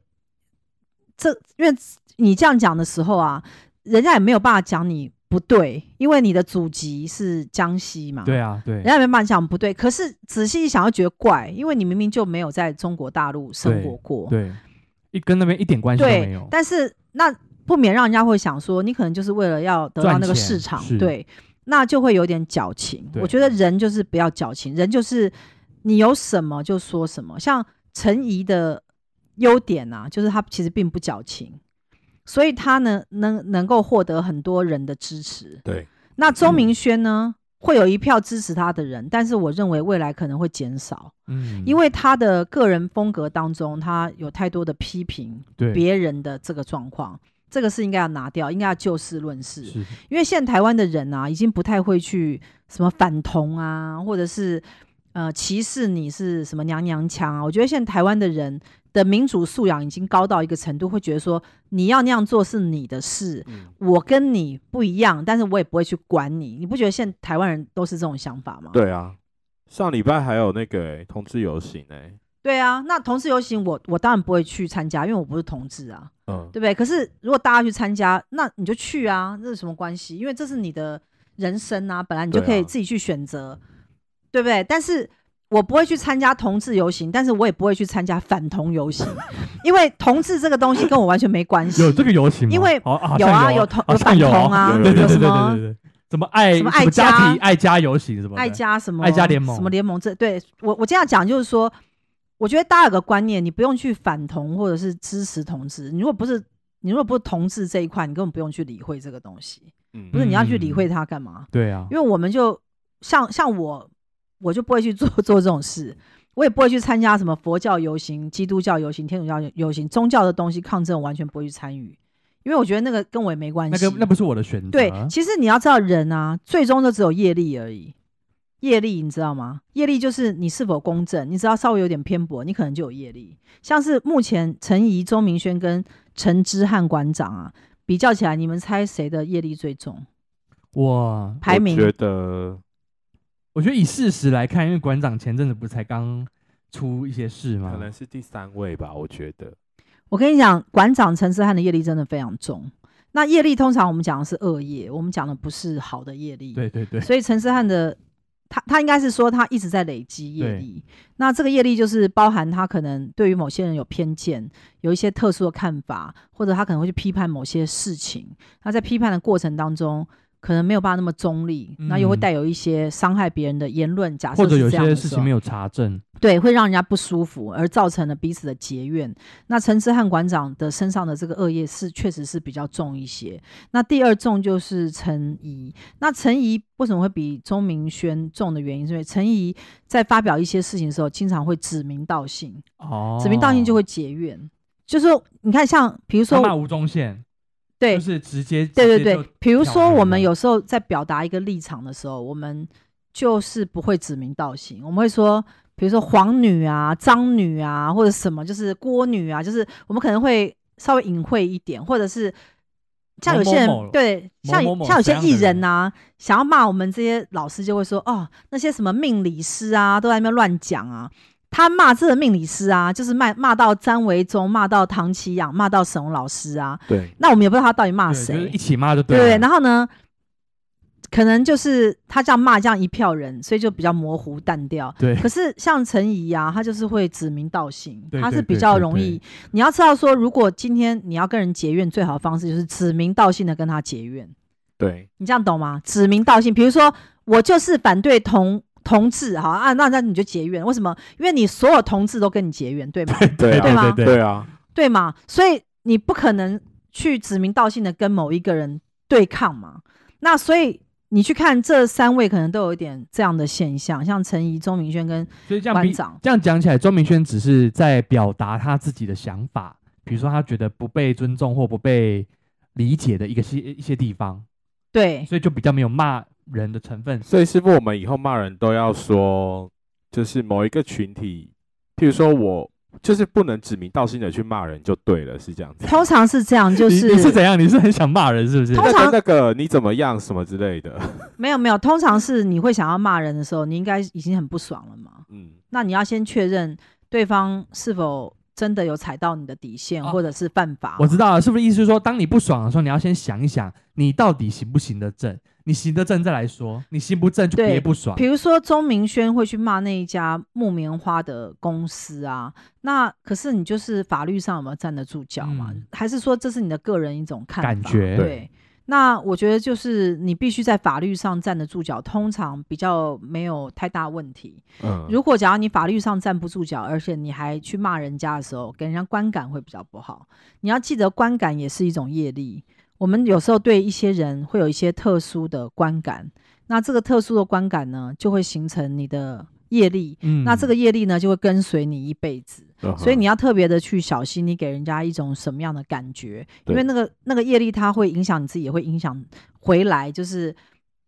Speaker 1: 这，因为你这样讲的时候啊，人家也没有办法讲你不对，因为你的祖籍是江西嘛，
Speaker 2: 对，啊，对
Speaker 1: 人，家也没办法讲不对。可是仔细一想，又觉得怪，因为你明明就没有在中国大陆生活过，
Speaker 2: 对，一跟那边一点关系都
Speaker 1: 对
Speaker 2: 没有。
Speaker 1: 但是那不免让人家会想说，你可能就是为了要得到
Speaker 2: 赚
Speaker 1: 那个
Speaker 2: 钱
Speaker 1: 市场
Speaker 2: 是，
Speaker 1: 对，那就会有点矫情。
Speaker 2: 对
Speaker 1: 我觉得人就是不要矫情，人就是你有什么就说什么。像陈怡的优点啊，就是他其实并不矫情，所以他呢能能够获得很多人的支持。
Speaker 3: 对，
Speaker 1: 那
Speaker 2: 嗯
Speaker 1: 周明轩呢？会有一票支持他的人，但是我认为未来可能会减少，
Speaker 2: 嗯，
Speaker 1: 因为他的个人风格当中，他有太多的批评，
Speaker 2: 对，
Speaker 1: 别人的这个状况，这个是应该要拿掉，应该要就事论事。
Speaker 2: 是
Speaker 1: 因为现在台湾的人啊，已经不太会去什么反同啊，或者是呃歧视你是什么娘娘腔啊。我觉得现在台湾的人的民主素养已经高到一个程度，会觉得说你要那样做是你的事。
Speaker 3: 嗯，
Speaker 1: 我跟你不一样，但是我也不会去管你。你不觉得现在台湾人都是这种想法吗？
Speaker 3: 对啊，上礼拜还有那个、欸、同志游行哎、
Speaker 1: 对啊，那同志游行我我当然不会去参加，因为我不是同志啊。
Speaker 3: 嗯，
Speaker 1: 对不对？可是如果大家去参加，那你就去啊，那是什么关系？因为这是你的人生啊，本来你就
Speaker 3: 对啊
Speaker 1: 可以自己去选择，对,、不对？但是我不会去参加同志游行，但是我也不会去参加反同游行， 因为同志这个东西跟我完全没关系。
Speaker 2: 有这个游行吗，
Speaker 1: 因为
Speaker 2: 好好
Speaker 1: 有
Speaker 2: 像
Speaker 1: 啊，
Speaker 2: 有
Speaker 1: 有同
Speaker 2: 好像
Speaker 1: 反
Speaker 2: 有
Speaker 1: 同啊，
Speaker 3: 有
Speaker 2: 对对
Speaker 1: 有
Speaker 2: 对
Speaker 1: 什
Speaker 2: 对对对
Speaker 1: 么
Speaker 2: 对，什么爱
Speaker 1: 什么爱
Speaker 2: 家
Speaker 1: 家
Speaker 2: 庭爱家游行什么的
Speaker 1: 爱家什么
Speaker 2: 爱家联盟
Speaker 1: 什么联盟这对我我这样讲就是说，我觉得大家有个观念，你不用去反同或者是支持同志，你如果不是你如果不是同志这一块，你根本不用去理会这个东西。
Speaker 3: 嗯
Speaker 1: 不是你要去理
Speaker 2: 嗯
Speaker 1: 会他干嘛？
Speaker 2: 对啊，
Speaker 1: 因为我们就像像我，我就不会去做 做这种事，我也不会去参加什么佛教游行、基督教游行、天主教游行，宗教的东西抗争我完全不会去参与，因为我觉得那个跟我也没关
Speaker 2: 那
Speaker 1: 系。
Speaker 2: 个那不是我的
Speaker 3: 嗯
Speaker 2: 选择，
Speaker 1: 对，
Speaker 3: 啊
Speaker 1: 其实你要知道，人啊，最终都只有业力而已。业力你知道吗？业力就是你是否公正，你只要稍微有点偏颇，你可能就有业力。像是目前陈怡、周明轩跟陈之汉馆长啊比较起来，你们猜谁的业力最重？
Speaker 2: 哇，
Speaker 1: 排名
Speaker 3: 我觉得
Speaker 2: 我觉得以事实来看，因为馆长前阵子不是才刚出一些事
Speaker 3: 可
Speaker 2: 吗
Speaker 1: 嗯
Speaker 3: 能？是第三位吧，我觉得，
Speaker 1: 我跟你讲，馆长陈思翰的业力真的非常重。那业力通常我们讲的是恶业，我们讲的不是好的业力。，
Speaker 2: 对对对，
Speaker 1: 所以陈思翰的他他应该是说他一直在累积业力。那这个业力就是包含他可能对于某些人有偏见，有一些特殊的看法，或者他可能会去批判某些事情。那在批判的过程当中，可能没有办法那么中立，
Speaker 2: 嗯
Speaker 1: 那、又会带有一些伤害别人的言论。假
Speaker 2: 或
Speaker 1: 设
Speaker 2: 者
Speaker 1: 是
Speaker 2: 有
Speaker 1: 这样
Speaker 2: 些
Speaker 1: 的
Speaker 2: 事
Speaker 1: 时
Speaker 2: 情
Speaker 1: 候
Speaker 2: 没有查证，
Speaker 1: 对，会让人家不舒服，而造成了彼此的结怨。那陈之汉馆长的身上的这个恶业是确实是比较重一些。那第二重就是陈怡，那陈怡为什么会比钟明轩重的原因，是因为陈怡在发表一些事情的时候，经常会指名道姓，
Speaker 2: 哦，
Speaker 1: 指名道姓就会结怨。就是说你看像，比如
Speaker 2: 他
Speaker 1: 说
Speaker 2: 骂吴宗宪，
Speaker 1: 对
Speaker 2: 就是直接
Speaker 1: 对
Speaker 2: 直接
Speaker 1: 对
Speaker 2: 就
Speaker 1: 对，比如
Speaker 2: 跳
Speaker 1: 说
Speaker 2: 跃
Speaker 1: 我
Speaker 2: 了
Speaker 1: 们有时候在表达一个立场的时候，我们就是不会指名道姓，我们会说，比如说黄女啊、张女啊，或者什么，就是郭女啊，就是我们可能会稍微隐晦一点，或者是像有些人
Speaker 2: 某某某
Speaker 1: 对，像
Speaker 2: 某某某
Speaker 1: 像有
Speaker 2: 这
Speaker 1: 些
Speaker 2: 样的
Speaker 1: 艺
Speaker 2: 人
Speaker 1: 人呐、想要骂我们这些老师，就会说哦，那些什么命理师啊，都在那边乱讲啊。他骂这个命理师啊，就是骂骂到詹维忠，骂到唐奇阳，骂到沈宏老师啊。
Speaker 3: 对，
Speaker 1: 那我们也不知道他到底骂
Speaker 2: 对啊就是
Speaker 1: 谁
Speaker 2: 一，起骂就
Speaker 1: 对
Speaker 2: 了。
Speaker 1: 然后呢，可能就是他这样骂这样一票人，所以就比较模糊淡 掉。
Speaker 2: 对
Speaker 1: 可是像陈怡啊，他就是会指名道姓，
Speaker 2: 对
Speaker 1: 他
Speaker 2: 对
Speaker 1: 是比
Speaker 2: 对
Speaker 1: 较
Speaker 2: 对
Speaker 1: 容
Speaker 2: 对
Speaker 1: 易。你要知道说，如果今天你要跟人结怨，最好的方式就是指名道姓的跟他结怨。
Speaker 3: 对，
Speaker 1: 你这样懂吗？指名道姓，比如说我就是反对同同志，好啊，那那你就结怨，为什么？因为你所有同志都跟你结怨，对吗？
Speaker 3: 对
Speaker 2: 对
Speaker 1: 对
Speaker 3: 啊，
Speaker 1: 吗
Speaker 2: 对
Speaker 3: 对啊，
Speaker 1: 对吗？所以你不可能去指名道姓的跟某一个人对抗嘛。那所以你去看这三位，可能都有一点这样的现象，像陈怡、钟明轩跟
Speaker 2: 所以这样
Speaker 1: 馆
Speaker 2: 比
Speaker 1: 长，
Speaker 2: 这样讲起来，庄明轩只是在表达他自己的想法，比如说他觉得不被尊重或不被理解的一个些一些地方，
Speaker 1: 对
Speaker 2: 所以就比较没有骂人的成分。
Speaker 3: 所以师傅，我们以后骂人都要说，就是某一个群体，譬如说我，就是不能指名道姓的去骂人就对了，是这样子。
Speaker 1: 通常是这样，就
Speaker 2: 你
Speaker 1: 是
Speaker 2: 你是怎样？你是很想骂人是不是？
Speaker 1: 通
Speaker 3: 那
Speaker 1: 常
Speaker 3: 个那个你怎么样什么之类的，
Speaker 1: 没有没有，通常是你会想要骂人的时候，你应该已经很不爽了嘛。
Speaker 3: 嗯，
Speaker 1: 那你要先确认对方是否真的有踩到你的底线，
Speaker 2: 哦
Speaker 1: 或者是犯法。
Speaker 2: 我知道了，是不是意思是说，当你不爽的时候，你要先想一想，你到底行不行得正？你行得正再来说，你行不正就
Speaker 1: 对
Speaker 2: 别不爽
Speaker 1: 比。如说钟明轩会去骂那一家木棉花的公司啊，那可是你就是法律上有没有站得住脚嘛？
Speaker 2: 嗯
Speaker 1: 还是说这是你的个人一种看法
Speaker 2: 感觉
Speaker 1: 对。那我觉得就是你必须在法律上站得住脚，通常比较没有太大问题。
Speaker 3: 嗯
Speaker 1: 如果假如你法律上站不住脚，而且你还去骂人家的时候，给人家观感会比较不好。你要记得，观感也是一种业力。我们有时候对一些人会有一些特殊的观感，那这个特殊的观感呢，就会形成你的业力。
Speaker 2: 嗯
Speaker 1: 那这个业力呢，就会跟随你一辈子。所以你
Speaker 3: 要
Speaker 1: 要特别的去小心，你给人家一种什么样的感觉，因为
Speaker 3: 对
Speaker 1: 那个那个业力它会影响你自己，也会影响回来，就是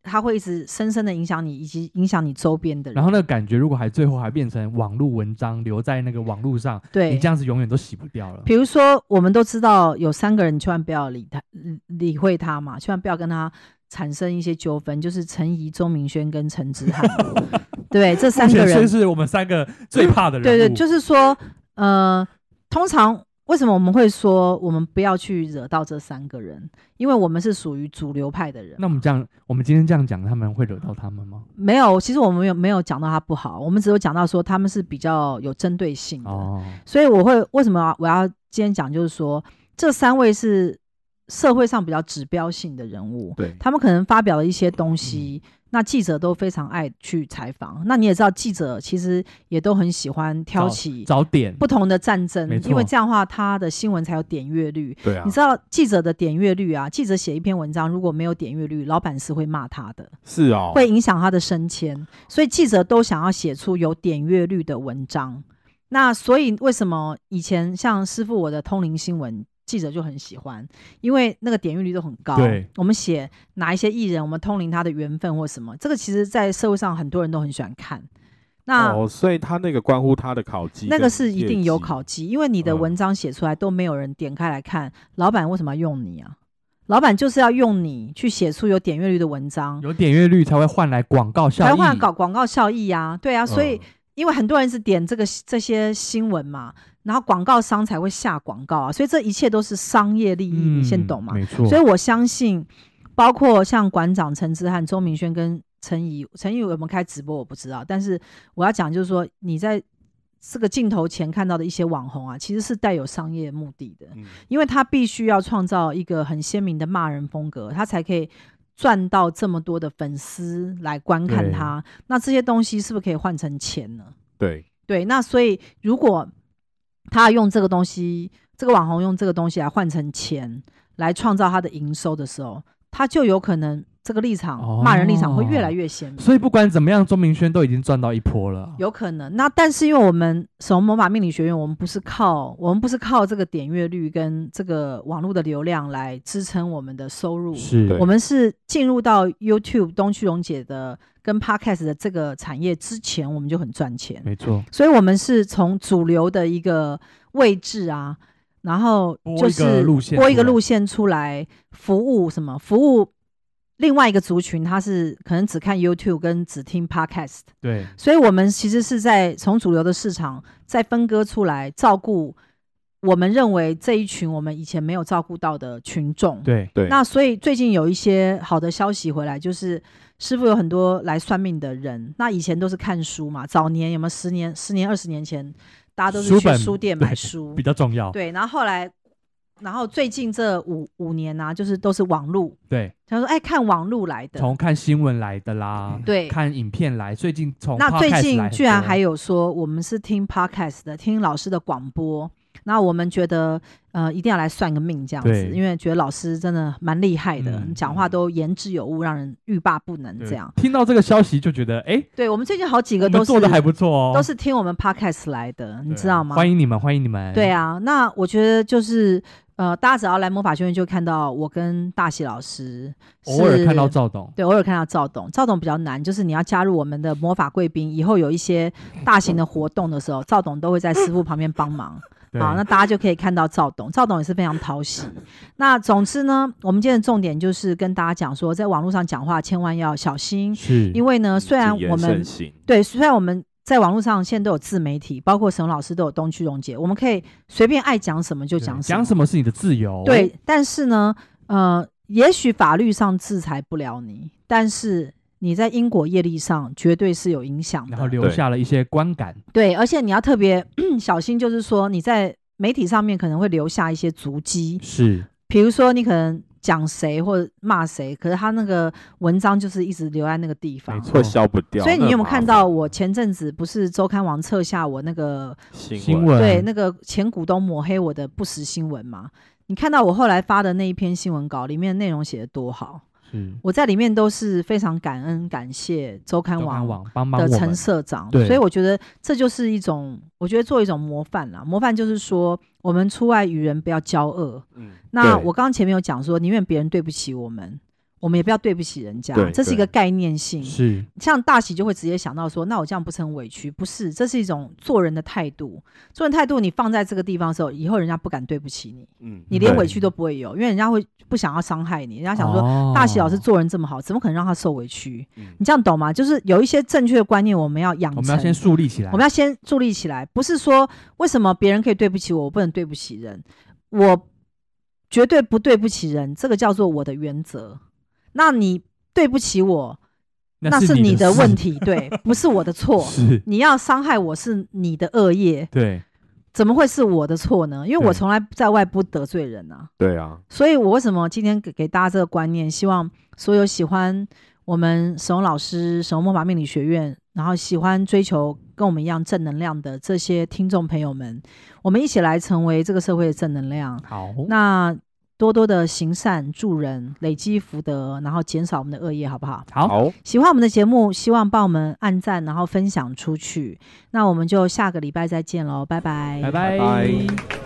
Speaker 1: 它会一直深深的影响你，以及影响你周边的人。
Speaker 2: 然后那个感觉，如果还最后还变成网络文章留在那个网络上，
Speaker 1: 对，
Speaker 2: 你这样子永远都洗不掉了。
Speaker 1: 比如说，我们都知道有三个人，你千万不要理他，理会他嘛，千万不要跟他产生一些纠纷，就是陈怡、钟明轩跟陈之翰。 对，这三个
Speaker 2: 目前
Speaker 1: 人
Speaker 2: 虽，是我们三个最怕的人
Speaker 1: 对对，
Speaker 2: 物
Speaker 1: 就是说，呃，通常为什么我们会说我们不要去惹到这三个人？因为我们是属于主流派的人。
Speaker 2: 那我们这样，我们今天这样讲，他们会惹到他们吗？
Speaker 1: 没有，其实我们没有没有讲到他不好，我们只有讲到说他们是比较有针对性的。
Speaker 2: 哦，
Speaker 1: 所以我会为什么我要今天讲，就是说这三位是社会上比较指标性的人物，
Speaker 3: 对嗯
Speaker 1: 他们可能发表了一些东西，那记者都非常爱去采访。那你也知道，记者其实也都很喜欢挑起
Speaker 2: 早点
Speaker 1: 嗯不同的战争
Speaker 2: 没，错
Speaker 1: 因为这样的话，他的新闻才有点阅率。
Speaker 3: 对啊
Speaker 1: 你，知道记者的点阅率啊，记者写一篇文章如果没有点阅率，老板是会骂他的，
Speaker 3: 是哦，
Speaker 1: 会影响他的升迁，所以记者都想要写出有点阅率的文章。那所以为什么以前像师傅我的通灵新闻，记者就很喜欢，因为那个点阅率都很高。
Speaker 2: 对，
Speaker 1: 我们写哪一些艺人，我们通灵他的缘分或什么，这个其实在社会上很多人都很喜欢看。那、
Speaker 3: 哦，所以他那个关乎他的考绩，
Speaker 1: 那个是一定有考，绩，因为你的文章写出来都没有人点开来看，老板为什么要用你啊？老板就是要用你去写出有点阅率的文章，
Speaker 2: 有点阅率才会换来广告效益，
Speaker 1: 台湾搞广告效益啊，对啊，所以、
Speaker 3: 嗯
Speaker 1: 因为很多人是点这个这些新闻嘛，然后广告商才会下广告啊，所以这一切都是商业利益，你先
Speaker 2: 嗯
Speaker 1: 懂吗？
Speaker 2: 没错，
Speaker 1: 所以我相信，包括像馆长陈之汉、周明轩跟陈怡，陈怡有没有开直播我不知道，但是我要讲就是说，你在这个镜头前看到的一些网红啊，其实是带有商业目的的，
Speaker 3: 嗯
Speaker 1: 因为他必须要创造一个很鲜明的骂人风格，他才可以赚到这么多的粉丝来观看
Speaker 2: 对
Speaker 1: 他。那这些东西是不是可以换成钱呢？
Speaker 3: 对，
Speaker 1: 对，那所以如果他用这个东西，这个网红用这个东西来换成钱，来创造他的营收的时候，他就有可能这个立场、骂人立场会越来
Speaker 2: 哦
Speaker 1: 越鲜明。
Speaker 2: 所以不管怎么样，钟明轩都已经赚到一波了。
Speaker 1: 有可能。那但是因为我们什么魔法命理学院，我们不是靠我们不是靠这个点阅率跟这个网络的流量来支撑我们的收入，
Speaker 2: 是
Speaker 3: 对
Speaker 1: 我们是进入到 YouTube 东区荣姐的跟 Podcast 的这个产业之前，我们就很赚钱，
Speaker 2: 没错，
Speaker 1: 所以我们是从主流的一个位置啊，然后
Speaker 2: 播
Speaker 1: 就
Speaker 2: 一个
Speaker 1: 是
Speaker 2: 路线
Speaker 1: 播一
Speaker 2: 出
Speaker 1: 个
Speaker 2: 来
Speaker 1: 路线出来服务什么服务。另外一个族群，他是可能只看 YouTube 跟只听 Podcast，
Speaker 2: 对，
Speaker 1: 所以我们其实是在从主流的市场再分割出来，照顾我们认为这一群我们以前没有照顾到的群众。
Speaker 2: 对，
Speaker 3: 对，
Speaker 1: 那所以最近有一些好的消息回来，就是师傅有很多来算命的人。那以前都是看书嘛，早年有没有十年、十年、二十年前，大家都是
Speaker 2: 书
Speaker 1: 去
Speaker 2: 本
Speaker 1: 书店
Speaker 2: 对
Speaker 1: 买书
Speaker 2: 比，较重要。
Speaker 1: 对。然后后来，然后最近这五五年呢、啊，就是都是网路，
Speaker 2: 对，
Speaker 1: 他说哎，看网路来的，
Speaker 2: 从看新闻来的啦，
Speaker 1: 对
Speaker 2: 看影片来，最近从
Speaker 1: 那最
Speaker 2: podcast 来
Speaker 1: 近
Speaker 2: 很
Speaker 1: 居然
Speaker 2: 多
Speaker 1: 还有说，我们是听 podcast 的，听老师的广播。那我们觉得，呃，一定要来算个命这样子，
Speaker 2: 对
Speaker 1: 因为觉得老师真的蛮厉害的，
Speaker 2: 嗯
Speaker 1: 讲话都言之有物，让人欲罢不能这样。
Speaker 2: 对听到这个消息就觉得，哎，
Speaker 1: 对我们最近好几
Speaker 2: 我
Speaker 1: 个
Speaker 2: 们
Speaker 1: 都
Speaker 2: 做
Speaker 1: 是
Speaker 2: 的还不错哦，
Speaker 1: 都是听我们 podcast 来的，你
Speaker 3: 对
Speaker 1: 知
Speaker 3: 啊
Speaker 1: 道吗？
Speaker 2: 欢迎你们，欢迎你们。
Speaker 1: 对，啊，那我觉得就是，呃，大家只要来魔法学院就看到我跟大喜老师
Speaker 2: 偶尔看到
Speaker 1: 是
Speaker 2: 赵董，
Speaker 1: 对，偶尔看到赵董，赵董比较难，就是你要加入我们的魔法贵宾，以后有一些大型的活动的时候，赵董都会在师傅旁边帮忙。
Speaker 2: 对
Speaker 1: 好，那大家就可以看到赵董，赵董也是非常讨喜。那总之呢，我们今天的重点就是跟大家讲说，在网络上讲话谨千万要小心，
Speaker 2: 是
Speaker 1: 因为呢，呃虽然
Speaker 3: 嗯谨言
Speaker 1: 我们
Speaker 3: 慎行
Speaker 1: 对，虽然我们在网络上现在都有自媒体，包括沈老师都有东区溶解，我们可以随便爱讲什么就
Speaker 2: 对
Speaker 1: 讲什么
Speaker 2: 讲。什么是你的自由，
Speaker 1: 对，但是呢，呃，也许法律上制裁不了你，但是你在因果业力上绝对是有影响
Speaker 2: 然后
Speaker 1: 的。
Speaker 2: 留下了一些观感，
Speaker 1: 对，而且你要特别 小心，就是说你在媒体上面可能会留下一些足迹，
Speaker 2: 是
Speaker 1: 比如说你可能讲谁或者骂谁，可是他那个文章就是一直留在那个地
Speaker 2: 没
Speaker 1: 方。
Speaker 2: 错
Speaker 3: 会消不掉。
Speaker 1: 所以你
Speaker 3: 那
Speaker 1: 有没有
Speaker 3: 麻
Speaker 1: 看
Speaker 3: 烦
Speaker 1: 到我前阵子不是周刊王撤下我那个
Speaker 3: 新
Speaker 2: 新？闻
Speaker 1: 对，那个前股东抹黑我的不实新闻嘛？你看到我后来发的那一篇新闻稿里面内容写的多好，
Speaker 2: 是
Speaker 1: 我在里面都是非常感恩感谢周刊
Speaker 2: 周刊
Speaker 1: 网
Speaker 2: 网帮忙
Speaker 1: 的
Speaker 2: 我
Speaker 1: 陈
Speaker 2: 们，
Speaker 1: 社长，
Speaker 2: 对
Speaker 1: 所以我觉得这就是一种，我觉得做一种模范啦。模范就是说，我们出外与人不要骄恶。
Speaker 3: 嗯，
Speaker 1: 那
Speaker 3: 对
Speaker 1: 我刚刚前面有讲说，宁愿别人对不起我们，我们也不要对不起人家
Speaker 3: 对，
Speaker 1: 这是一
Speaker 3: 对
Speaker 1: 个概念性。
Speaker 2: 是
Speaker 1: 像大喜就会直接想到说，那我这样不是很委屈？不是，这是一种做人的态度。做人态度，你放在这个地方的时候，以后人家不敢对不起你，
Speaker 3: 嗯，
Speaker 1: 你连
Speaker 3: 对
Speaker 1: 委屈都不会有，因为人家会不想要伤害你，人家
Speaker 2: 他
Speaker 1: 想说。
Speaker 2: 说
Speaker 1: 大喜老师做人这么好，怎么可能让他受委屈？
Speaker 3: 嗯
Speaker 1: 你这样懂吗？就是有一些正确的观念，我们要养成。
Speaker 2: 我们要先树立起来，
Speaker 1: 我们要先树立起来，不是说为什么别人可以对不起我，我不能对不起人，我绝对不对不起人，这个叫做我的原则。那你对不起我，那
Speaker 2: 是
Speaker 1: 你
Speaker 2: 的
Speaker 1: 的
Speaker 2: 事
Speaker 1: 问，题，对，不是我的错。
Speaker 2: 是
Speaker 1: 你要伤害我是你的恶业，
Speaker 2: 对
Speaker 1: 怎么会是我的错呢？因为我
Speaker 2: 对
Speaker 1: 从来在外不得罪人啊。
Speaker 3: 对啊，
Speaker 1: 所以我为什么今天给给大家这个观念，希望所有喜欢我们沈宏老师、沈宏魔法命理学院，然后喜欢追求跟我们一样正能量的这些听众朋友们，我们一起来成为这个社会的正能量。
Speaker 2: 好，
Speaker 1: 那多多的行善助人，累积福德，然后减少我们的恶业，好不好？
Speaker 2: 好，
Speaker 3: 好，
Speaker 1: 喜欢我们的节目，希望帮我们按赞，然后分享出去。那我们就下个礼拜再见喽，拜拜，
Speaker 2: 拜拜
Speaker 3: 拜拜